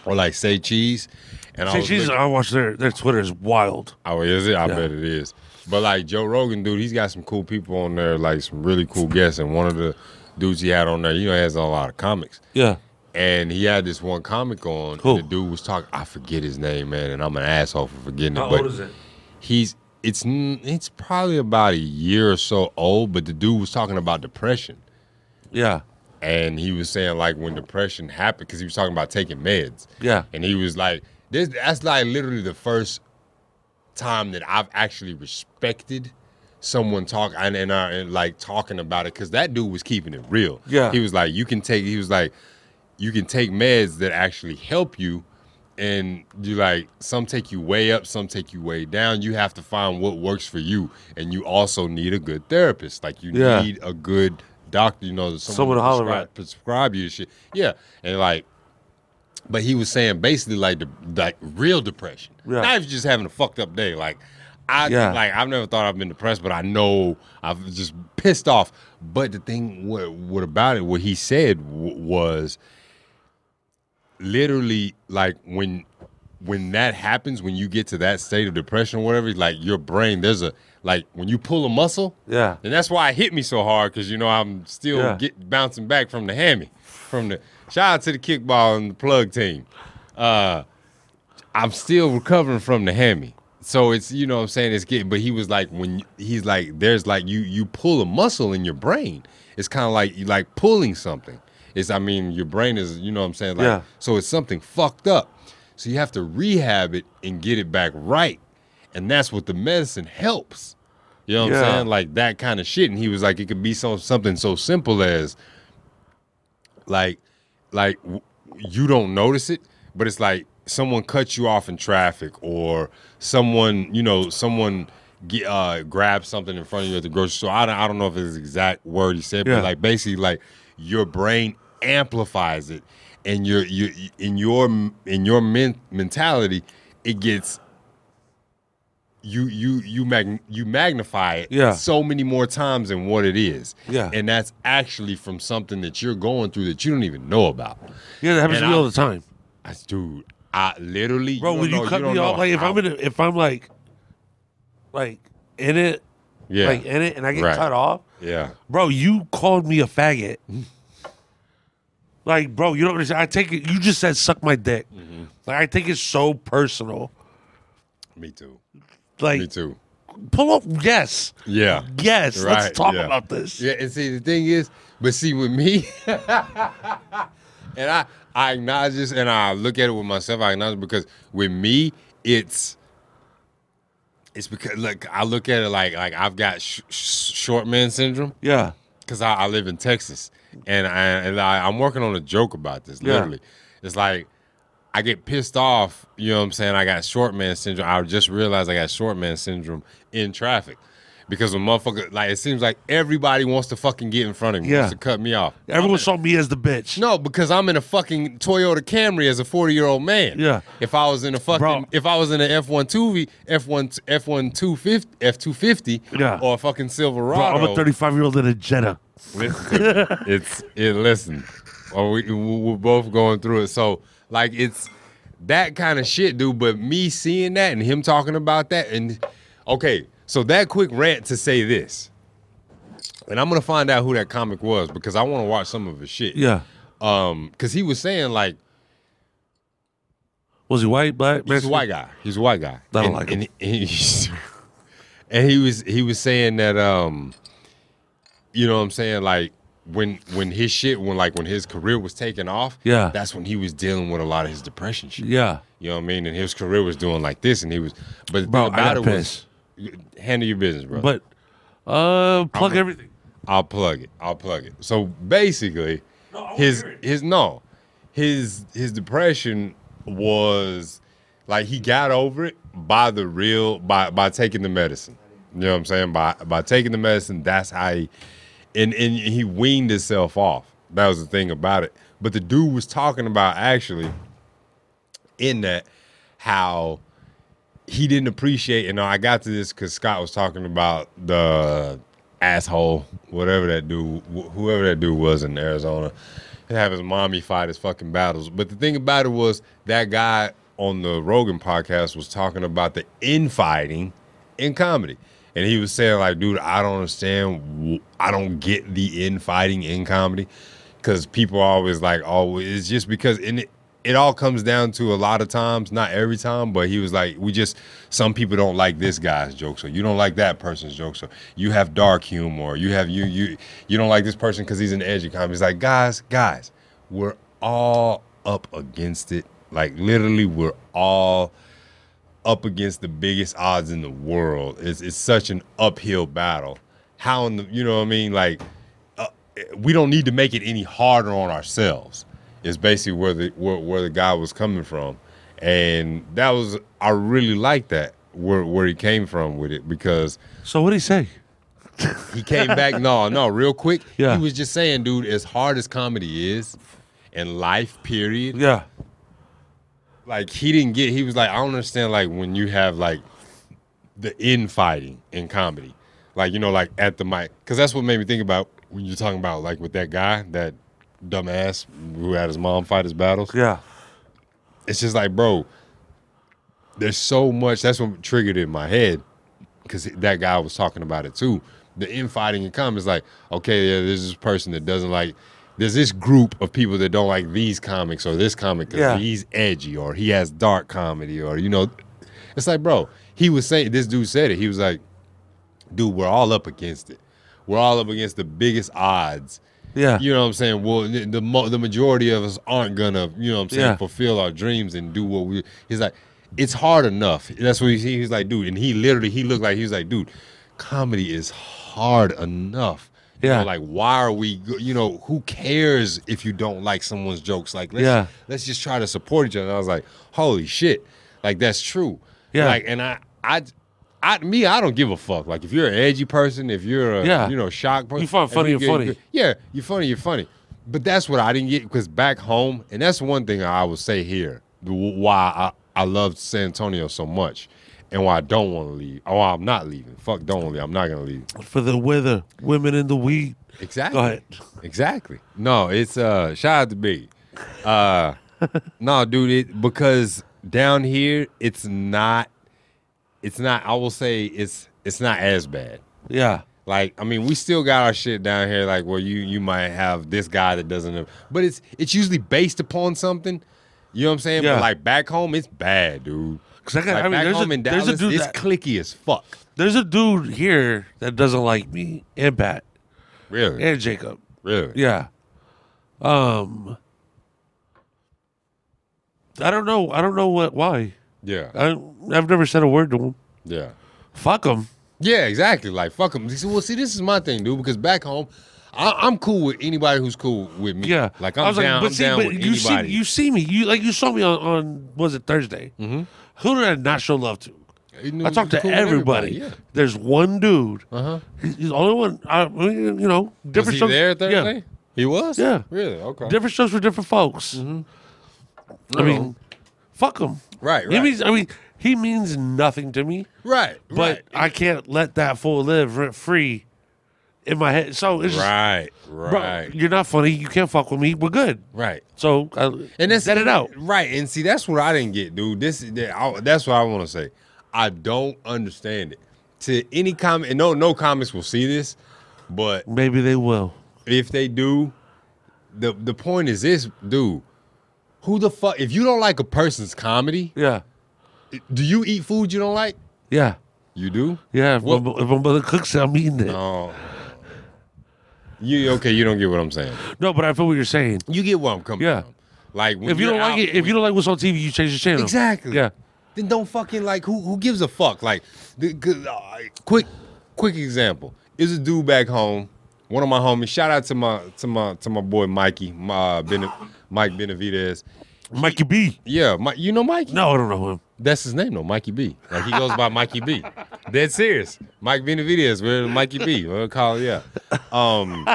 or like Say Cheese. And I See, was she's, looking- I watch their, their Twitter is wild. oh, is it? I bet it is. But like Joe Rogan, dude, he's got some cool people on there, like some really cool guests. And one of the dudes he had on there, you know, he has a lot of comics. Yeah. And he had this one comic on. Who? And the dude was talking. I forget his name, man, and I'm an asshole for forgetting it. but it? he's it's n- it's probably about a year or so old, but the dude was talking about depression, Yeah. and he was saying like when depression happened because he was talking about taking meds. Yeah. and he was like, "This that's like literally the first time that I've actually respected." Someone talk and, and, I, and like talking about it because that dude was keeping it real. Yeah. he was like, you can take. He was like, you can take meds that actually help you and you like some take you way up some take you way down you have to find what works for you and you also need a good therapist like you Yeah. need a good doctor you know someone, Someone to who holler prescribe, at. prescribe you shit yeah and like but he was saying basically like the like real depression Yeah. not if you're just having a fucked up day like i Yeah. like i've never thought i've been depressed but i know i've just pissed off but the thing what, what about it what he said w- was literally like when when that happens when you get to that state of depression or whatever like your brain there's a like when you pull a muscle Yeah. and that's why it hit me so hard because you know i'm still Yeah. get, bouncing back from the hammy from the shout out to the kickball and the plug team uh i'm still recovering from the hammy so it's you know what i'm saying it's getting but he was like when you- he's like there's like you you pull a muscle in your brain it's kind of like you like pulling something it's i mean your brain is you know what i'm saying like Yeah. so it's something fucked up. So you have to rehab it and get it back right. And that's what the medicine helps. You know what I'm Yeah. saying? Like that kind of shit. And he was like, it could be so something so simple as like like w- you don't notice it, but it's like someone cuts you off in traffic or someone, you know, someone ge- uh, grabs something in front of you at the grocery store. I don't, I don't know if it's the exact word he said, Yeah. but like basically like your brain amplifies it and your your in your in your men, mentality it gets you you you mag, you magnify it Yeah. so many more times than what it is. Yeah. And that's actually from something that you're going through that you don't even know about. Yeah, that happens And to me I- all the time. I, dude, I literally, bro. don't When you know- cut don't me know off, like if how- I'm in, a, if I'm like, like in it, yeah, like eh in it, and I get Right. cut off, yeah, bro. You called me a faggot. Like, bro, you don't understand. I take it. You just said suck my dick. Mm-hmm. Like, I take it so personal. me too, me Like, too, pull up. Yes, yeah, yes. Right, Let's talk yeah. about this. yeah. And see, the thing is, but see, with me, and I, I acknowledge this, and I look at it with myself. I acknowledge it because with me, it's. It's because look, I look at it like like I've got sh- sh- short man syndrome. yeah. because I, I live in Texas, and I, and I I'm working on a joke about this. Yeah. Literally, it's like I get pissed off. You know what I'm saying? I got short man syndrome. I just realized I got short man syndrome in traffic because when motherfucker like it seems like everybody wants to fucking get in front of me, Yeah. wants to cut me off. Everyone saw me as the bitch. No, because I'm in a fucking Toyota Camry as a 40 year old man. Yeah. If I was in a fucking, Bro. if I was in an F1 2V, F1 F1 250, F250, Yeah. or a fucking Bro, Silverado. I'm a 35 year old in a Jetta. Listen, to me. it's it. Listen, Well, we we- we're both going through it. So like it's that kind of shit, dude. But me seeing that and him talking about that, and okay, so that quick rant to say this, and I'm gonna find out who that comic was because I want to watch some of his shit. Yeah. Um, because he was saying like Was he white, black? he's a white guy. He's a white guy. I don't and, like and him. he- he- and he was he was saying that um, you know what I'm saying like when when his shit when like when his career was taking off, Yeah. that's when he was dealing with a lot of his depression shit. Yeah. You know what I mean? And his career was doing like this, and he was but the Bro, I thing about got it was handle your business, bro. But uh plug everything. I'll plug it. I'll plug it. So basically, No, I wanna his hear it. his no, his his depression was like he got over it by the real by by taking the medicine. You know what I'm saying? By by taking the medicine, that's how he and and he weaned himself off. That was the thing about it. But the dude was talking about actually in that how he didn't appreciate. And I got to this because Scott was talking about the asshole, whatever that dude, wh- whoever that dude was in Arizona, and have his mommy fight his fucking battles. But the thing about it was that guy on the Rogan podcast was talking about the infighting in comedy. And he was saying, like, dude, I don't understand. wh- I don't get the infighting in comedy because people are always like, oh, it's just because in it, it all comes down to a lot of times, not every time, but he was like, we just some people don't like this guy's jokes, or you don't like that person's jokes, or you have dark humor, or you have you you you don't like this person because he's an edgy comic. He's like, guys, guys, we're all up against it. Like literally, we're all up against the biggest odds in the world. It's it's such an uphill battle. How in the you know what I mean? Like uh, we don't need to make it any harder on ourselves. Is basically where the where, where the guy was coming from, and that was I really like that where where he came from with it because So what did he say? he came back. No, no, real quick. Yeah. He was just saying, dude, as hard as comedy is, and life period, Yeah. like he didn't get he was like i don't understand like when you have like the infighting in comedy like you know like at the mic because that's what made me think about when you're talking about like with that guy that dumbass who had his mom fight his battles Yeah. it's just like bro there's so much that's what triggered it in my head because that guy was talking about it too the infighting in comedy is like okay yeah there's this person that doesn't like there's this group of people that don't like these comics or this comic because Yeah. he's edgy or he has dark comedy or you know it's like bro he was saying this dude said it he was like dude we're all up against it we're all up against the biggest odds Yeah. you know what I'm saying? Well, the the, mo- the majority of us aren't gonna, you know what I'm saying, Yeah. fulfill our dreams and do what we. He's like, it's hard enough. That's what he, he's like, dude. And he literally, he looked like he was like, dude, comedy is hard enough. You Yeah. know, like, why are we? go- You know, who cares if you don't like someone's jokes? Like, let's, Yeah. let's just try to support each other. And I was like, holy shit, like that's true. Yeah. Like, and I, I. I, me, I don't give a fuck. Like, if you're an edgy person, if you're a, Yeah. you know, shock person, You find if funny, you you're get- funny. yeah, you're funny, you're funny. But that's what I didn't get because back home, and that's one thing I would say here the- why I, I love San Antonio so much and why I don't want to leave. Oh, I'm not leaving. Fuck, don't wanna leave. I'm not going to leave. For the weather, women in the weed. Exactly. Go ahead. Exactly. No, it's uh shout out to B. Uh No, dude, it because down here it's not it's not I will say it's it's not as bad. Yeah. Like I mean, we still got our shit down here like where you you might have this guy that doesn't but it's it's usually based upon something. You know what I'm saying? Yeah. But like back home it's bad, dude. 'Cause I got- like, I mean, back there's a- home in there's a Dallas, dude it's that- clicky as fuck. There's a dude here that doesn't like me and Pat Really? and Jacob. really? Yeah. Um. I don't know. I don't know what. Why? Yeah. I I've never said a word to him. Yeah. Fuck him. Yeah, exactly. Like fuck them. Well, see, this is my thing, dude. Because back home, I, I'm cool with anybody who's cool with me. Yeah. like I'm down. I'm down with you anybody. see, you see me. You like you saw me on, on was it Thursday? Mm-hmm. Who did I not show love to? You know, I talked to Mm, cool with everybody. There's one dude. Yeah. Uh huh. He's, he's the only one. I, you know, Was different he shows. there yeah. Thursday? He was. Yeah. Really? Okay. different shows for different folks. I mean, fuck him. Mm-hmm. Right, He right. means. I mean, he means nothing to me. right. But Right. I can't let that fool live rent free in my head. So it's just, right. bro, Right. you're not funny. You can't fuck with me. We're good. Right. So I and that's set it out. right and see that's what i didn't get dude this is that- I- that's what i want to say i don't understand it to any comment and no no comments will see this but Maybe they will. if they do the the point is this dude who the fuck if you don't like a person's comedy Yeah, do you eat food you don't like yeah, you do yeah. If, my, What- mo- if my mother cooks it, I'm eating it. No. no you okay you don't get what i'm saying but I feel what you're saying. you get where i'm coming Yeah. from like when If you you're don't out like it, if with- you don't like what's on TV, you change the channel. Exactly. Yeah. Then don't fucking like who who gives a fuck? Like the good- uh, quick quick example is a dude back home. One of my homies. Shout out to my to my to my boy Mikey, my uh, Bene, Mike Benavidez. Mikey B. Yeah, Mike, you know Mikey. No, I don't know him. That's his name though, Mikey B. Like he goes by Mikey B. Dead serious. Mike Benavidez, we're Mikey B. We'll call yeah. Um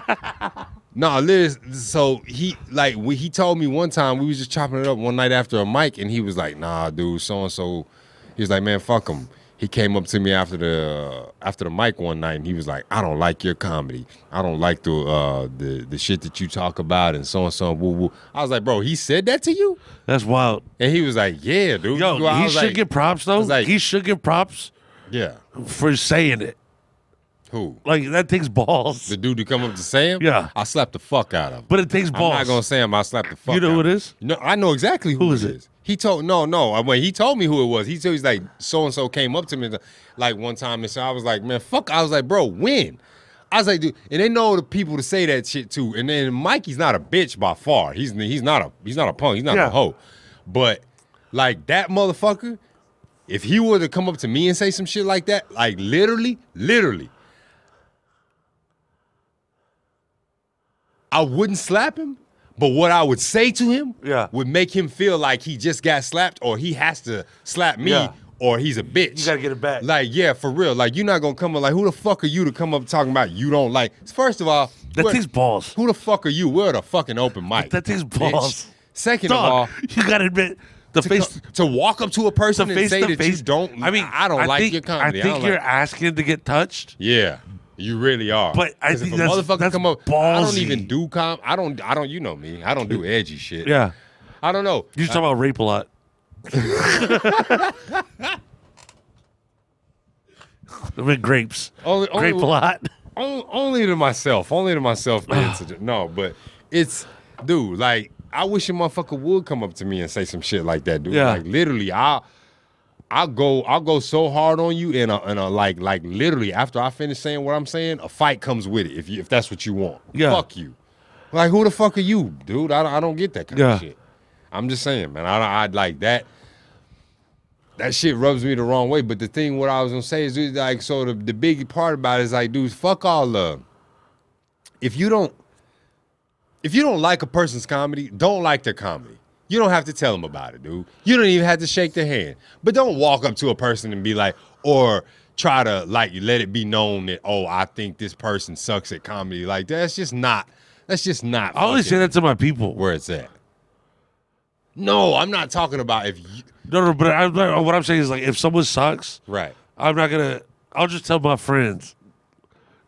No, Liz, so he like when he told me one time we was just chopping it up one night after a mic and he was like, nah, dude, so and so he was like, man, fuck him. He came up to me after the uh, after the mic one night and he was like, I don't like your comedy. I don't like the uh the, the shit that you talk about and so and so woo woo. I was like, bro, he said that to you? That's wild. And he was like, Yeah, dude. Yo, I he was should like, get props though. was like- he should get props Yeah. for saying it. Who? Like that takes balls. The dude who come up to Sam? Yeah. I slapped the fuck out of him. But it takes balls. I'm not gonna say him. I slapped the fuck. You know out who of it him. is? No, I know exactly who, Who it is it? is. He told no, no. I- When he told me who it was, he told he's like so and so came up to me like one time, and so I was like, man, fuck. I was like, bro, when? I was like, dude, and they know the people to say that shit too. And then Mikey's not a bitch by far. He's he's not a he's not a punk. He's not Yeah. a hoe. But like that motherfucker, if he were to come up to me and say some shit like that, like literally, literally, I wouldn't slap him, but what I would say to him Yeah. would make him feel like he just got slapped or he has to slap me Yeah. or he's a bitch. You gotta get it back. Like, yeah, for real. Like, you're not gonna come up like, who the fuck are you to come up talking about you don't like? First of all, That where- takes balls. who the fuck are you? We're at a fucking open mic. That takes bitch. balls. Second of all, Dog, you gotta admit the to, face. co- to walk up to a the person and face say to that face. you don't. I mean, I don't like think, your comedy. I I think don't you're like- asking to get touched. yeah, you really are. But I 'Cause think if a that's- motherfucker that's come up, I don't ballsy. even do com. I don't. I don't. You know me. I don't do edgy shit. Yeah, I don't know. you just talk about rape a lot. I mean, grapes. Only, only, Grape a lot. on- only to myself. Only to myself. Ah. man, to ju- no, but it's dude. Like I wish a motherfucker would come up to me and say some shit like that, dude. Yeah. Like literally, I. I'll go, I'll go so hard on you, and a, and a, like, like literally after I finish saying what I'm saying, a fight comes with it. If you, if that's what you want, Yeah. fuck you. Like, who the fuck are you, dude? I, don't- I don't get that kind Yeah. of shit. I'm just saying, man. I, don't- I like that. that shit rubs me the wrong way. But the thing, what I was gonna say is, dude, like, so the, the big part about it is like, dudes, fuck all love. If you don't, if you don't like a person's comedy, don't like their comedy. You don't have to tell them about it, dude. You don't even have to shake their hand. But don't walk up to a person and be like, or try to like let it be known that, oh, I think this person sucks at comedy. Like that's just not. That's just not. I always say fucking that to my people. where it's at. No, I'm not talking about if you. No, no, but I'm, not- what I'm saying is like, if someone sucks, Right. I'm not gonna. I'll just tell my friends,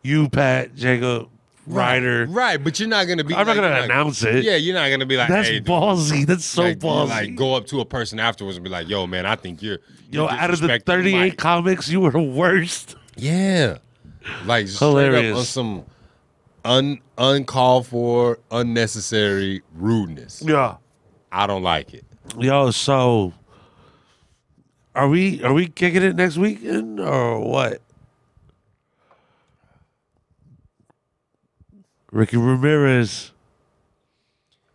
you, Pat, Jacob, rider. Right, but you're not gonna be. I'm not like- gonna like- announce it. Yeah, you're not gonna be like That's hey, dude, ballsy. That's so like, you, ballsy. like go up to a person afterwards and be like, "Yo, man, I think you're Yo, you're out of the disrespecting 38 Mike." comics, you were the worst. Yeah. Like hilarious Hilarious. up on some un uncalled for, unnecessary rudeness. Yeah. I don't like it. Yo, so are we are we kicking it next weekend or what? Ricky Ramirez,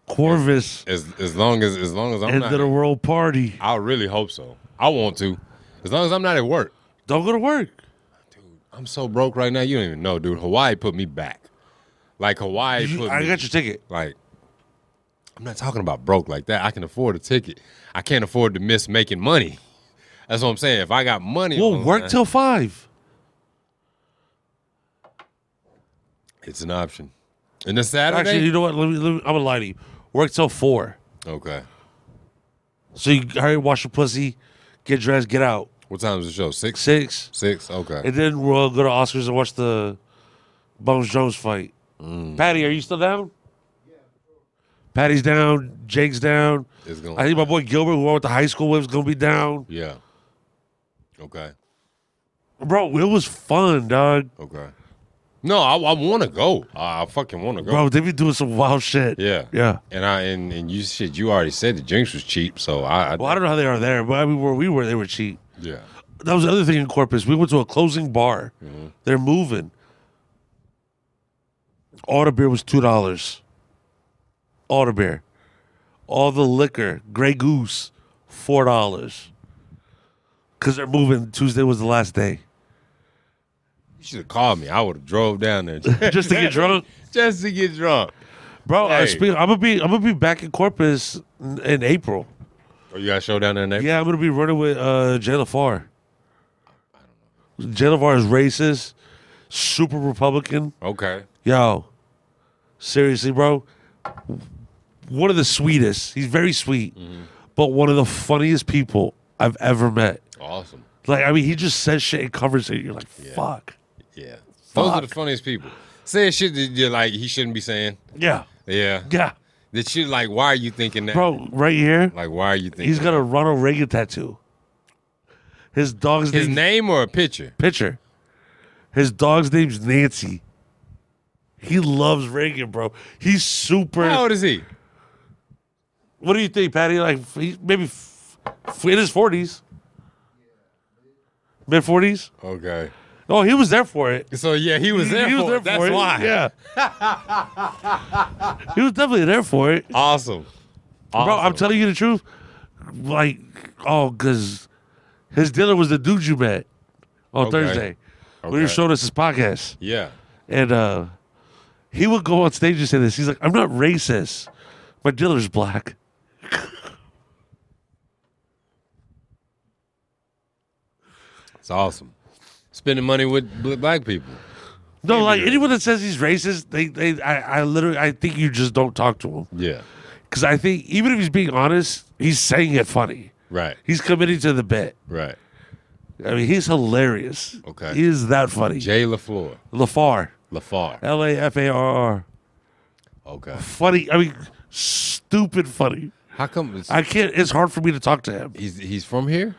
Corvus, As as long as as long as I'm end not of the world party. I really hope so. I want to. As long as I'm not at work. Don't go to work. I'm so broke right now, you don't even know, dude. Hawaii put me back. Like Hawaii You- put I me got your ticket. like I'm not talking about broke like that. I can afford a ticket. I can't afford to miss making money. That's what I'm saying. If I got money, We'll on work that- till five. it's an option. And the Saturday, Actually, you know what? Let me, let me, I'm gonna lie to you. Work till four. okay. So you hurry, wash your pussy, get dressed, get out. What time is the show? Six? Six. Six? Okay. And then we'll go to Oscars and watch the Bones Jones fight. Patty, are you still down? Mm. Patty's down. Jake's down. It's gonna- I think my boy Gilbert, who I went to high school with, is gonna be down. yeah. Okay. Bro, it was fun, dog. Okay. No, I, I want to go. I, I fucking want to go. Bro, they be doing some wild shit. yeah. Yeah. And I and, and you shit. You already said the drinks was cheap, so I. I Well, I don't know how they are there, but I mean, where we were, they were cheap. yeah. That was the other thing in Corpus. We went to a closing bar. They're moving. All the beer was two dollars. All the beer, all the liquor, Grey Goose, four dollars. Cause they're moving. Tuesday was the last day, You should have called me. I would have drove down there just to get drunk, just to get drunk. bro. Hey. I speak, I'm gonna be I'm gonna be back in Corpus in, in April. Oh, you got a show down there next? Yeah, I'm gonna be running with uh, Jay LaFar. Jay LaFar is racist, super Republican. Okay. Yo, seriously, bro. One of the sweetest. He's very sweet, but one of the funniest people I've ever met. Awesome. Like, I mean, he just says shit and covers it. You're like, fuck. Yeah. Those are the funniest people. Saying shit that you like he shouldn't be saying. Yeah. Yeah. Yeah. That shit like why are you thinking that? Bro, right here, Like why are you thinking? he's got a Ronald Reagan tattoo. His dog's his name name or a picture. picture. His dog's name's Nancy. He loves Reagan, bro. He's super. How old is he? What do you think, Patty? Like he, maybe f- f- in his forties, mid forties. Okay. Oh, he was there for it. So yeah, he was He- there. he for it. That's it. why. Yeah, he was definitely there for it, Awesome. bro. I'm Awesome. telling you the truth. Like, oh, because his dealer was the dude you met on Okay. Thursday when you Okay. showed us his podcast, Yeah. and uh he would go on stage and say this. He's like, "I'm not racist. My dealer's black." It's awesome. Spending money with bl- black people. No, like Maybe. anyone that says he's racist, they, they, I, I literally, I think you just don't talk to him Yeah. because I think even if he's being honest, he's saying it funny. Right. He's committing to the bit. Right. I mean, he's hilarious. Okay. he is that funny. Jay LaFleur. Lafar, LaFar. L A F A R R, Okay. funny. I mean, stupid funny. How come it's, I can't. It's hard for me to talk to him. he's he's from here,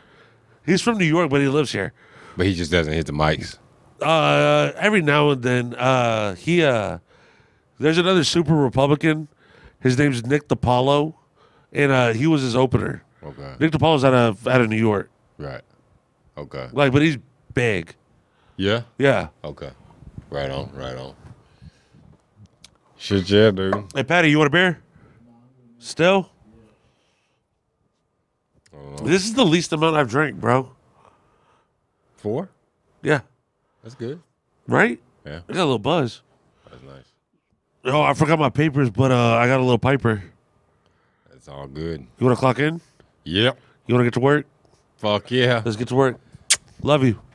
He's from New York, but he lives here. but he just doesn't hit the mics? uh, every now and then, uh, he uh, there's another super Republican. His name's Nick DiPaolo, and uh, he was his opener. Okay. Nick DiPaolo's out of out of New York, Right. Okay. like, but he's big. Yeah. Yeah. Okay. Right on. Right on. Shit, yeah, dude. Hey, Patty, you want a beer? Still? This is the least amount I've drank, bro. Four. Yeah. That's good. Right? Yeah. I got a little buzz. That's nice. Oh, I forgot my papers, but uh, I got a little piper. That's all good. You want to clock in? Yep. You want to get to work? Fuck yeah. Let's get to work. Love you.